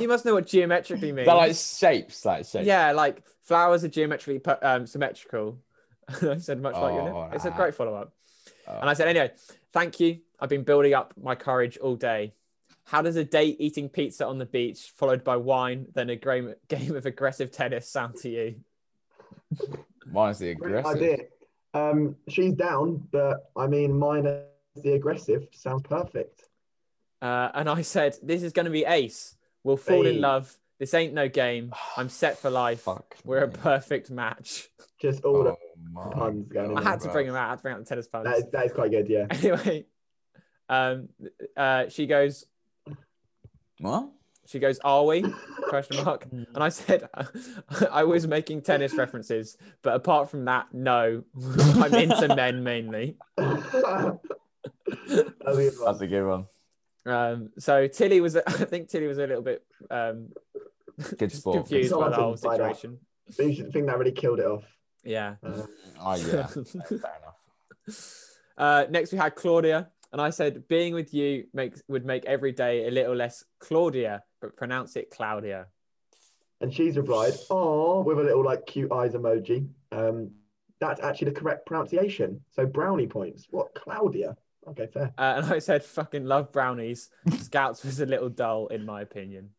Speaker 3: *laughs*
Speaker 1: you must know what geometrically
Speaker 3: They're
Speaker 1: means.
Speaker 3: like shapes, like shapes.
Speaker 1: yeah, like flowers are geometrically per- um, symmetrical. *laughs* I said much like your
Speaker 3: Oh,
Speaker 1: nipples. It's a
Speaker 3: nah.
Speaker 1: great follow up.
Speaker 3: Oh.
Speaker 1: And I said, anyway, thank you. I've been building up my courage all day. How does a day eating pizza on the beach, followed by wine, then a gra- game *laughs* of aggressive tennis sound to you?
Speaker 3: mine's the
Speaker 2: Brilliant
Speaker 3: aggressive.
Speaker 2: idea. Um, she's down, but I mean, minus the aggressive sounds perfect.
Speaker 1: Uh, and I said, this is going to be ace. We'll fall
Speaker 2: Hey.
Speaker 1: in love. This ain't no game. *sighs* I'm set for life.
Speaker 3: *sighs* Fuck.
Speaker 1: *laughs* We're a
Speaker 3: me.
Speaker 1: perfect match.
Speaker 2: Just all
Speaker 3: Oh my
Speaker 2: puns going on.
Speaker 1: I
Speaker 2: Oh,
Speaker 1: had to
Speaker 3: bruv.
Speaker 1: bring him out. I had to bring out the tennis
Speaker 2: the,
Speaker 1: puns.
Speaker 2: that is, that is quite good, yeah.
Speaker 1: *laughs* Anyway, um, uh, she goes,
Speaker 3: What?
Speaker 1: she goes, are we? *laughs* question mark and i said *laughs* i was making tennis references but apart from that no *laughs* i'm into men mainly
Speaker 2: That's a good one.
Speaker 3: That's a good one.
Speaker 1: um so tilly was *laughs* i think tilly was a little bit um
Speaker 3: Good
Speaker 1: just
Speaker 3: sport. good
Speaker 1: confused by the whole
Speaker 2: Sorted by that.
Speaker 1: situation
Speaker 2: But you should think that really killed it off.
Speaker 1: yeah
Speaker 2: Uh,
Speaker 3: sport. Oh yeah. Fair
Speaker 1: *laughs*
Speaker 3: enough.
Speaker 1: uh next we had claudia and i said being with you makes would make every day a little less claudia but pronounce it claudia
Speaker 2: and she's replied, "Oh," with a little like cute eyes emoji. Um, that's actually the correct pronunciation. So brownie points. What, Claudia? Okay, fair.
Speaker 1: uh, and i said fucking love brownies scouts was a little dull in my opinion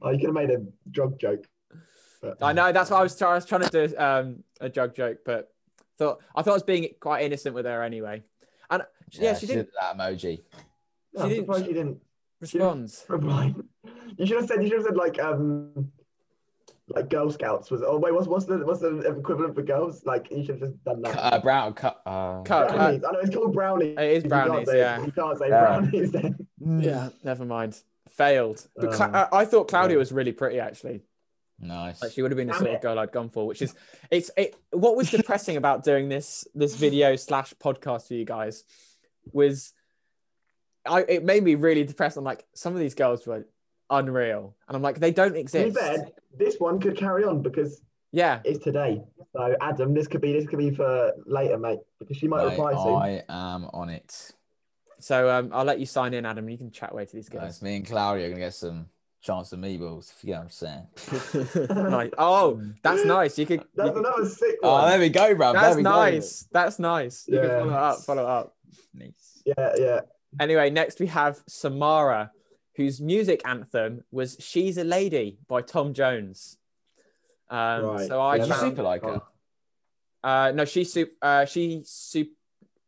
Speaker 2: Oh, you could have made a drug joke. But, uh,
Speaker 1: I know that's what I was trying. I was trying to do um, a drug joke, but thought I thought I was being quite innocent with her anyway. And yeah, she didn't
Speaker 3: did that emoji.
Speaker 2: No,
Speaker 1: she
Speaker 2: I'm
Speaker 1: didn't-
Speaker 2: surprised you didn't
Speaker 1: respond.
Speaker 2: reply. *laughs* You should have said. You should have said like um, like Girl Scouts was. Oh wait, what's what's the what's the equivalent for girls? Like you should have just done that.
Speaker 3: Uh, brown. Cut. Uh,
Speaker 1: Cut.
Speaker 2: brownies. I know it's called brownies.
Speaker 1: Oh, It is
Speaker 2: You can't
Speaker 1: brownies,
Speaker 2: say-
Speaker 1: yeah.
Speaker 2: You can't say
Speaker 3: Yeah.
Speaker 2: brownies then.
Speaker 1: Yeah, never mind. Failed. But Cla-
Speaker 2: Um,
Speaker 1: uh, I thought Claudia
Speaker 2: yeah.
Speaker 1: was really pretty actually.
Speaker 3: Nice.
Speaker 1: Like she would have been the
Speaker 2: Damn
Speaker 1: sort of
Speaker 2: it.
Speaker 1: girl I'd gone for, which is it's it. What was depressing about doing this this video slash podcast for you guys was, I it made me really depressed. I'm like, some of these girls were unreal, and I'm like, they don't
Speaker 2: To be
Speaker 1: exist.
Speaker 2: fair, this one could carry on because
Speaker 1: Yeah,
Speaker 2: it's today. So Adam, this could be this could be for later, mate, because she might
Speaker 3: Mate,
Speaker 2: reply soon.
Speaker 3: I am on it.
Speaker 1: So um, I'll let you sign in, Adam. and You can chat away to these
Speaker 3: Nice.
Speaker 1: guys.
Speaker 3: Me and Claudia are gonna get some chance of meatballs. If you know what I'm
Speaker 1: *laughs*
Speaker 3: saying. Ah,
Speaker 2: *laughs*
Speaker 1: Nice. Oh, that's nice. You could. you
Speaker 2: That's
Speaker 1: could-
Speaker 2: another sick one.
Speaker 3: Oh, there we go, bro.
Speaker 1: that's
Speaker 3: there we go.
Speaker 1: nice. That's nice. You can
Speaker 2: Yeah.
Speaker 1: follow up. Follow up.
Speaker 3: Nice.
Speaker 2: yeah, yeah.
Speaker 1: Anyway, next we have Samara, whose music anthem was "She's a Lady" by Tom Jones. Um,
Speaker 2: Right.
Speaker 1: So I
Speaker 2: Yeah,
Speaker 3: Did you
Speaker 2: that-
Speaker 1: found
Speaker 3: super like her?
Speaker 1: Uh, no, she soup. Uh, she soup.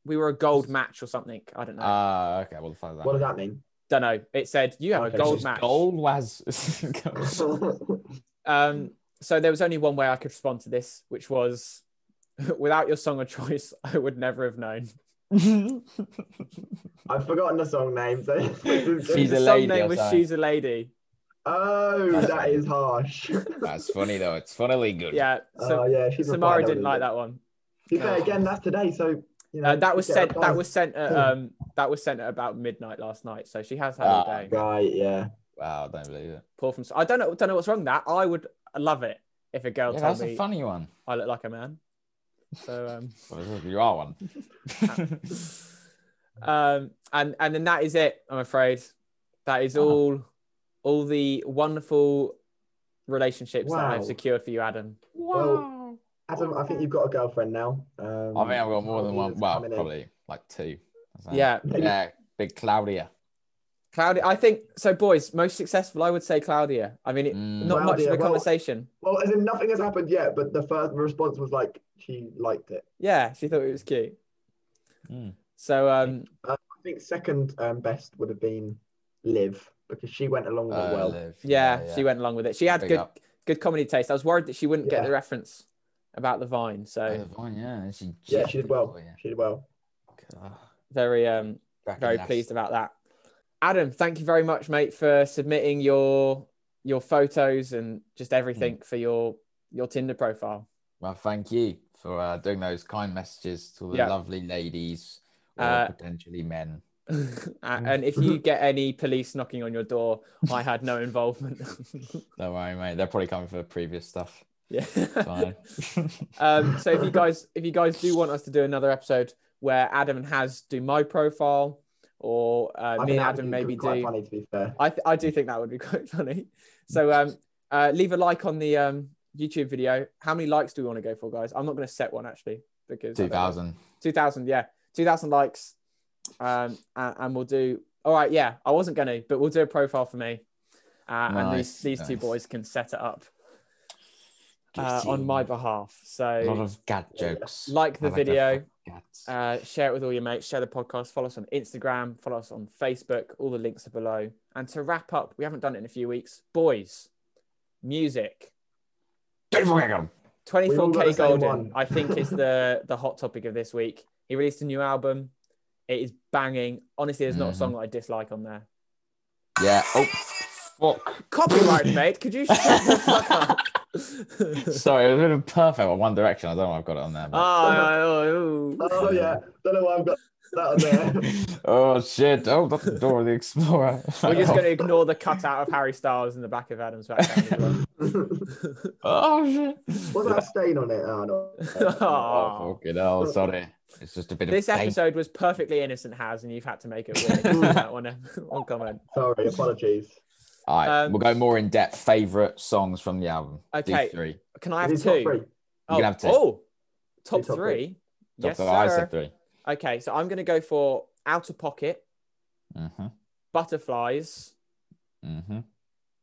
Speaker 1: We were a gold match or something. I don't know.
Speaker 3: Ah, okay. What the fuck is that?
Speaker 2: What does
Speaker 1: *laughs*
Speaker 2: that mean?
Speaker 1: don't know. It said you have a
Speaker 2: Okay,
Speaker 1: gold
Speaker 3: She's
Speaker 1: match.
Speaker 3: Gold was. *laughs*
Speaker 1: Um, so there was only one way I could respond to this, which was, *laughs* without your song of choice, *laughs* I would never have known.
Speaker 2: I've forgotten the song name. So *laughs*
Speaker 3: She's
Speaker 1: the
Speaker 3: a
Speaker 1: song
Speaker 3: lady
Speaker 1: name
Speaker 3: or
Speaker 1: was
Speaker 3: something.
Speaker 1: She's a Lady.
Speaker 2: oh, that is harsh.
Speaker 3: That's funny though. It's funnily good.
Speaker 1: Yeah. So
Speaker 2: *laughs* oh yeah, she's
Speaker 1: Samara didn't like that one.
Speaker 2: To be fair, again, that's today. So you know,
Speaker 1: Uh, that was
Speaker 2: yeah,
Speaker 1: sent. That
Speaker 2: that's-
Speaker 1: was sent. At,
Speaker 2: Yeah.
Speaker 1: um, that was sent at about midnight last night. So she has had
Speaker 3: Ah,
Speaker 1: a day.
Speaker 2: right. Yeah.
Speaker 3: Wow, I don't believe it.
Speaker 1: Poor from. I don't know. Don't know what's wrong. with That I would love it if a girl
Speaker 3: Yeah,
Speaker 1: told
Speaker 3: that's
Speaker 1: me
Speaker 3: a funny one.
Speaker 1: I look like a man. So um,
Speaker 3: Well, You are one.
Speaker 1: um, and and then that is it. I'm afraid that is
Speaker 3: Oh.
Speaker 1: all all the wonderful relationships that
Speaker 2: Wow.
Speaker 1: I've secured for you, Adam.
Speaker 2: Well, Adam, I think you've got a girlfriend now. Um,
Speaker 3: I think I've got more than one.
Speaker 2: it's
Speaker 3: Well,
Speaker 2: coming in.
Speaker 3: probably like two. or something.
Speaker 1: Yeah,
Speaker 3: Yeah. Big Claudia.
Speaker 1: Claudia. I think so. Boys, most successful, I would say Claudia. I mean, it,
Speaker 3: Mm.
Speaker 1: not much of
Speaker 2: Claudia,
Speaker 1: a
Speaker 2: well-
Speaker 1: conversation.
Speaker 2: Well, as in nothing has happened yet, but the first response was like she liked it.
Speaker 1: Yeah, she thought it was cute.
Speaker 3: Mm.
Speaker 1: So um,
Speaker 2: I think second um, best would have been Liv because she went along with it
Speaker 3: Uh,
Speaker 2: well.
Speaker 3: Liv.
Speaker 1: yeah, she went along with it. She had
Speaker 3: Big
Speaker 1: good
Speaker 3: up.
Speaker 1: good comedy taste. I was worried that she wouldn't get
Speaker 2: Yeah.
Speaker 1: the reference about the vine. So
Speaker 3: Oh, Vine, yeah, she,
Speaker 2: Yeah, she did well. She did well.
Speaker 3: Ah,
Speaker 1: very um
Speaker 3: Back
Speaker 1: very
Speaker 3: in last-
Speaker 1: pleased about that. Adam, thank you very much, mate, for submitting your your photos and just everything for your your Tinder profile. *laughs*
Speaker 3: Well, thank you for uh, doing those kind messages to all the
Speaker 1: Yeah.
Speaker 3: lovely ladies or
Speaker 1: Uh,
Speaker 3: potentially men.
Speaker 1: A- and if you get any police knocking on your door, I had no involvement. *laughs*
Speaker 3: Don't worry, mate. They're probably coming for previous stuff.
Speaker 1: yeah. *laughs*
Speaker 3: Fine.
Speaker 1: Um, so if
Speaker 2: *laughs*
Speaker 1: you guys if you guys do want us to do another episode where Adam and Haz do my profile, or uh,
Speaker 2: I
Speaker 1: me
Speaker 2: think
Speaker 1: and
Speaker 2: that
Speaker 1: Adam
Speaker 2: would be
Speaker 1: maybe
Speaker 2: quite
Speaker 1: do
Speaker 2: funny to be fair.
Speaker 1: I, th- I do think that would be *laughs* quite funny. So um, uh, leave a like on the um, YouTube video. How many likes do we want to go for, guys? I'm not going to set one actually because I don't
Speaker 3: *laughs* Two
Speaker 1: know.
Speaker 3: thousand.
Speaker 1: 2,000, yeah, two thousand likes, um, and, and we'll do. All right, yeah, I wasn't going to, but we'll do a profile for me, uh, and these
Speaker 3: Nice,
Speaker 1: these two
Speaker 3: nice.
Speaker 1: boys can set it up uh, on my behalf.
Speaker 3: A lot
Speaker 1: So
Speaker 3: of gat
Speaker 2: Yeah, yeah.
Speaker 3: jokes.
Speaker 1: like the
Speaker 3: I their
Speaker 1: video.
Speaker 3: fucking Gats.
Speaker 1: Uh, share it with all your mates. Share the podcast. Follow us on Instagram. Follow us on Facebook. All the links are below. And to wrap up, we haven't done it in a few weeks. Boys, music.
Speaker 3: Don't forget 'em.
Speaker 2: We've all got
Speaker 1: 24K
Speaker 2: the same
Speaker 1: Golden,
Speaker 2: one.
Speaker 1: I think, is
Speaker 2: *laughs*
Speaker 1: the, the hot topic of this week. He released a new album. It is banging. Honestly, there's not a
Speaker 2: Mm.
Speaker 1: song that I dislike on there.
Speaker 3: Yeah. Oh,
Speaker 1: *laughs*
Speaker 3: fuck.
Speaker 1: Copyright, mate. Could you shut the fuck up?
Speaker 2: *laughs*
Speaker 3: Sorry, it was a bit of perfect on One Direction. I don't know why I've got it on there.
Speaker 1: Uh, *laughs*
Speaker 3: but-
Speaker 1: oh, oh, oh.
Speaker 2: Oh yeah, don't know why I've got that on there.
Speaker 3: *laughs* oh shit! Oh, that's the door of the explorer.
Speaker 1: We're just going to ignore the cutout of Harry Styles in the back of Adam's background. as well.
Speaker 3: *laughs*
Speaker 1: *laughs*
Speaker 2: *laughs*
Speaker 3: Oh shit!
Speaker 2: What's that stain on it? Oh *laughs* no.
Speaker 1: Aw.
Speaker 3: Oh, fucking hell! Sorry, it's just a bit
Speaker 1: this
Speaker 3: of pain.
Speaker 1: episode was perfectly innocent, Has, and you've had to make it
Speaker 2: *laughs*
Speaker 1: weird. that one, uh, one comment.
Speaker 2: Sorry, apologies.
Speaker 3: All right,
Speaker 1: Um,
Speaker 3: we'll go more in depth. Favorite songs from the album.
Speaker 1: Okay,
Speaker 3: Do three. Top
Speaker 1: Can I
Speaker 2: Is
Speaker 1: have
Speaker 2: it
Speaker 1: two?
Speaker 2: top three?
Speaker 1: Oh,
Speaker 3: can have two.
Speaker 1: oh, top,
Speaker 2: Do top
Speaker 1: three.
Speaker 2: three.
Speaker 1: Yes,
Speaker 3: three.
Speaker 1: sir.
Speaker 3: I said 3
Speaker 1: Okay, so I'm going to go for Out of Pocket,
Speaker 3: Mm-hmm.
Speaker 1: Butterflies,
Speaker 3: Mm-hmm.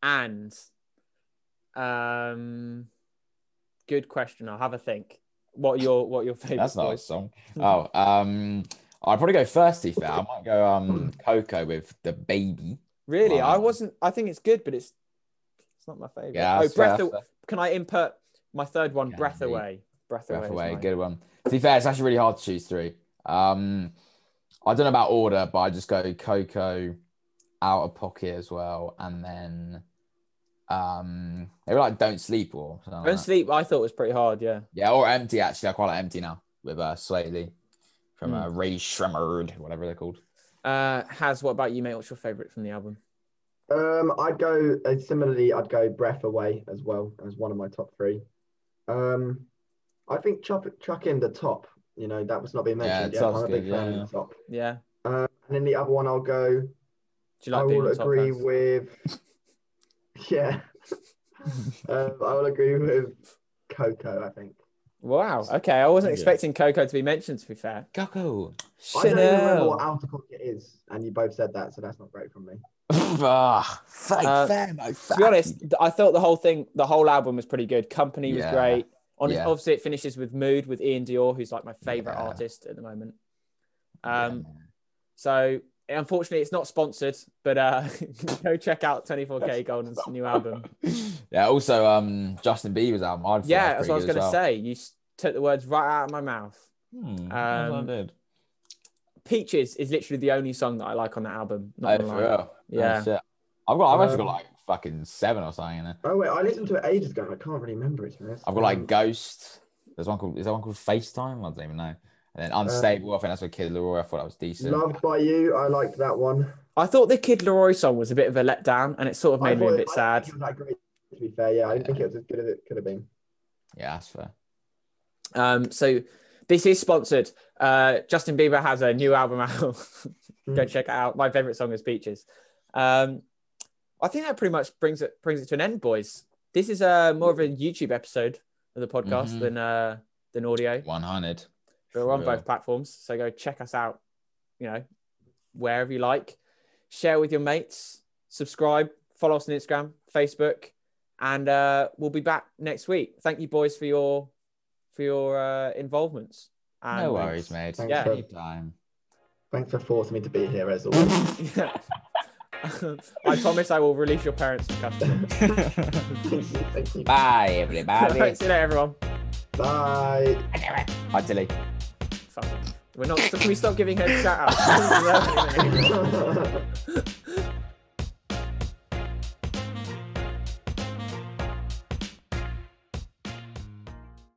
Speaker 1: and um, good question. I'll have a think. What are your what are your favorite?
Speaker 3: That's not
Speaker 1: *laughs*
Speaker 3: a song. Oh, um, I'd probably go thirsty for. I might go um Coco with the baby.
Speaker 1: Really, I
Speaker 3: Wow.
Speaker 1: wasn't. I think it's good, but it's it's not my favorite.
Speaker 3: Yeah.
Speaker 1: oh,
Speaker 3: that's
Speaker 1: breath.
Speaker 3: fair, that's
Speaker 1: Aw- Can I input my third one?
Speaker 3: Can
Speaker 1: breath
Speaker 3: be.
Speaker 1: away. Breath,
Speaker 3: Breath
Speaker 1: is
Speaker 3: away,
Speaker 1: mine.
Speaker 3: good one. To be fair, it's actually really hard to choose three. Um, I don't know about order, but I just go Coco, out of pocket as well, and then um, they were like don't sleep or something like
Speaker 1: Don't
Speaker 3: that.
Speaker 1: sleep. I thought was pretty hard. Yeah.
Speaker 3: yeah, or empty actually. I quite like empty now with uh Swaley from uh,
Speaker 1: Hmm.
Speaker 3: Ray Shremmerd, whatever they're called.
Speaker 1: Uh, Has, what about you, mate? What's your favourite from the album?
Speaker 2: Um, I'd go uh, similarly. I'd go Breath Away as well as one of my top three. Um, I think chuck, chuck in the top. You know that was not being
Speaker 3: Yeah,
Speaker 2: mentioned
Speaker 3: it
Speaker 2: yet. I'm
Speaker 3: sounds
Speaker 2: a big
Speaker 3: good,
Speaker 2: fan
Speaker 3: yeah.
Speaker 2: of the top.
Speaker 1: Yeah.
Speaker 2: Uh, and then the other one, I'll go.
Speaker 1: Do you like
Speaker 2: I
Speaker 1: being
Speaker 2: will
Speaker 1: the top
Speaker 2: agree
Speaker 1: Has?
Speaker 2: with. *laughs*
Speaker 3: *laughs*
Speaker 2: yeah. um, I will agree with Coco. I think.
Speaker 1: Wow. Okay. I wasn't
Speaker 3: Yeah.
Speaker 1: expecting Coco to be mentioned, to be fair.
Speaker 3: Coco. *laughs*
Speaker 2: I don't even remember
Speaker 1: Chanel.
Speaker 2: what out of pocket is, and you both said that, so that's not great from me.
Speaker 3: Ugh.
Speaker 6: Fight
Speaker 1: Uh,
Speaker 6: fair, my
Speaker 1: to be honest, th- I thought the whole thing, the whole album was pretty good. Company was
Speaker 3: Yeah.
Speaker 1: great. On
Speaker 3: Yeah.
Speaker 1: obviously, it finishes with Mood with Ian Dior, who's like my favorite
Speaker 3: Yeah.
Speaker 1: artist at the moment. Um, So unfortunately, it's not sponsored, but uh, *laughs* go check out 24K Golden's new album.
Speaker 3: *laughs* yeah. Also, um, Justin Bieber's album. I'd
Speaker 1: yeah, that's what I was going to
Speaker 3: well.
Speaker 1: say. You s- took the words right out of my mouth.
Speaker 3: Hmm,
Speaker 1: Um, Peaches is literally the only song that I like on that album.
Speaker 3: Oh,
Speaker 1: Not
Speaker 3: for
Speaker 1: gonna lie.
Speaker 3: real.
Speaker 1: Yeah.
Speaker 3: Oh, shit. I've got. I've actually
Speaker 1: Um,
Speaker 3: got like fucking seven or something in it.
Speaker 2: Oh wait, I listened to it ages ago. and I can't really remember it. to be honest.
Speaker 3: I've got
Speaker 1: Hmm.
Speaker 3: like
Speaker 2: Um,
Speaker 3: Ghost. There's one called. Is there one called FaceTime? I don't even know. And
Speaker 1: Uh,
Speaker 3: then Unstable. I think that's what Kid Leroy. I thought that was decent.
Speaker 2: Loved by You. I liked that one.
Speaker 1: I thought the Kid Leroy song was a bit of a letdown, and it sort of
Speaker 2: I
Speaker 1: made me a
Speaker 2: thought-
Speaker 1: bit
Speaker 2: I
Speaker 1: sad.
Speaker 2: didn't think it was that great, to be fair, yeah, I didn't think it was as good as it could have been.
Speaker 3: Yeah, that's fair.
Speaker 1: Um, so this is sponsored. Uh, Justin Bieber has a new album out. *laughs* Go
Speaker 2: Mm.
Speaker 1: check it out. My favorite song is Peaches. Um, I think that pretty much brings it brings it to an end, boys. This is uh, more of a YouTube episode of the podcast
Speaker 3: Mhm.
Speaker 1: than uh, than audio.
Speaker 3: One hundred.
Speaker 1: We're on
Speaker 3: Sure.
Speaker 1: both platforms, so go check us out. You know, wherever you like, share with your mates, subscribe, follow us on Instagram, Facebook, and uh, we'll be back next week. Thank you, boys, for your for your uh, involvements. And
Speaker 3: No worries, mate.
Speaker 2: Thanks,
Speaker 1: Yeah.
Speaker 2: for,
Speaker 3: Anytime.
Speaker 2: thanks for forcing me to be here as always.
Speaker 1: *laughs* I promise I will release your parents from custody.
Speaker 2: Thank you.
Speaker 3: *laughs* Bye,
Speaker 1: Right,
Speaker 3: *laughs*
Speaker 1: *laughs*
Speaker 3: everybody.
Speaker 1: See you later, everyone. *laughs*
Speaker 2: Bye.
Speaker 3: Bye, Tilly.
Speaker 1: *laughs*
Speaker 2: *laughs*
Speaker 1: Fuck. We're not. Can we stop giving her shout outs?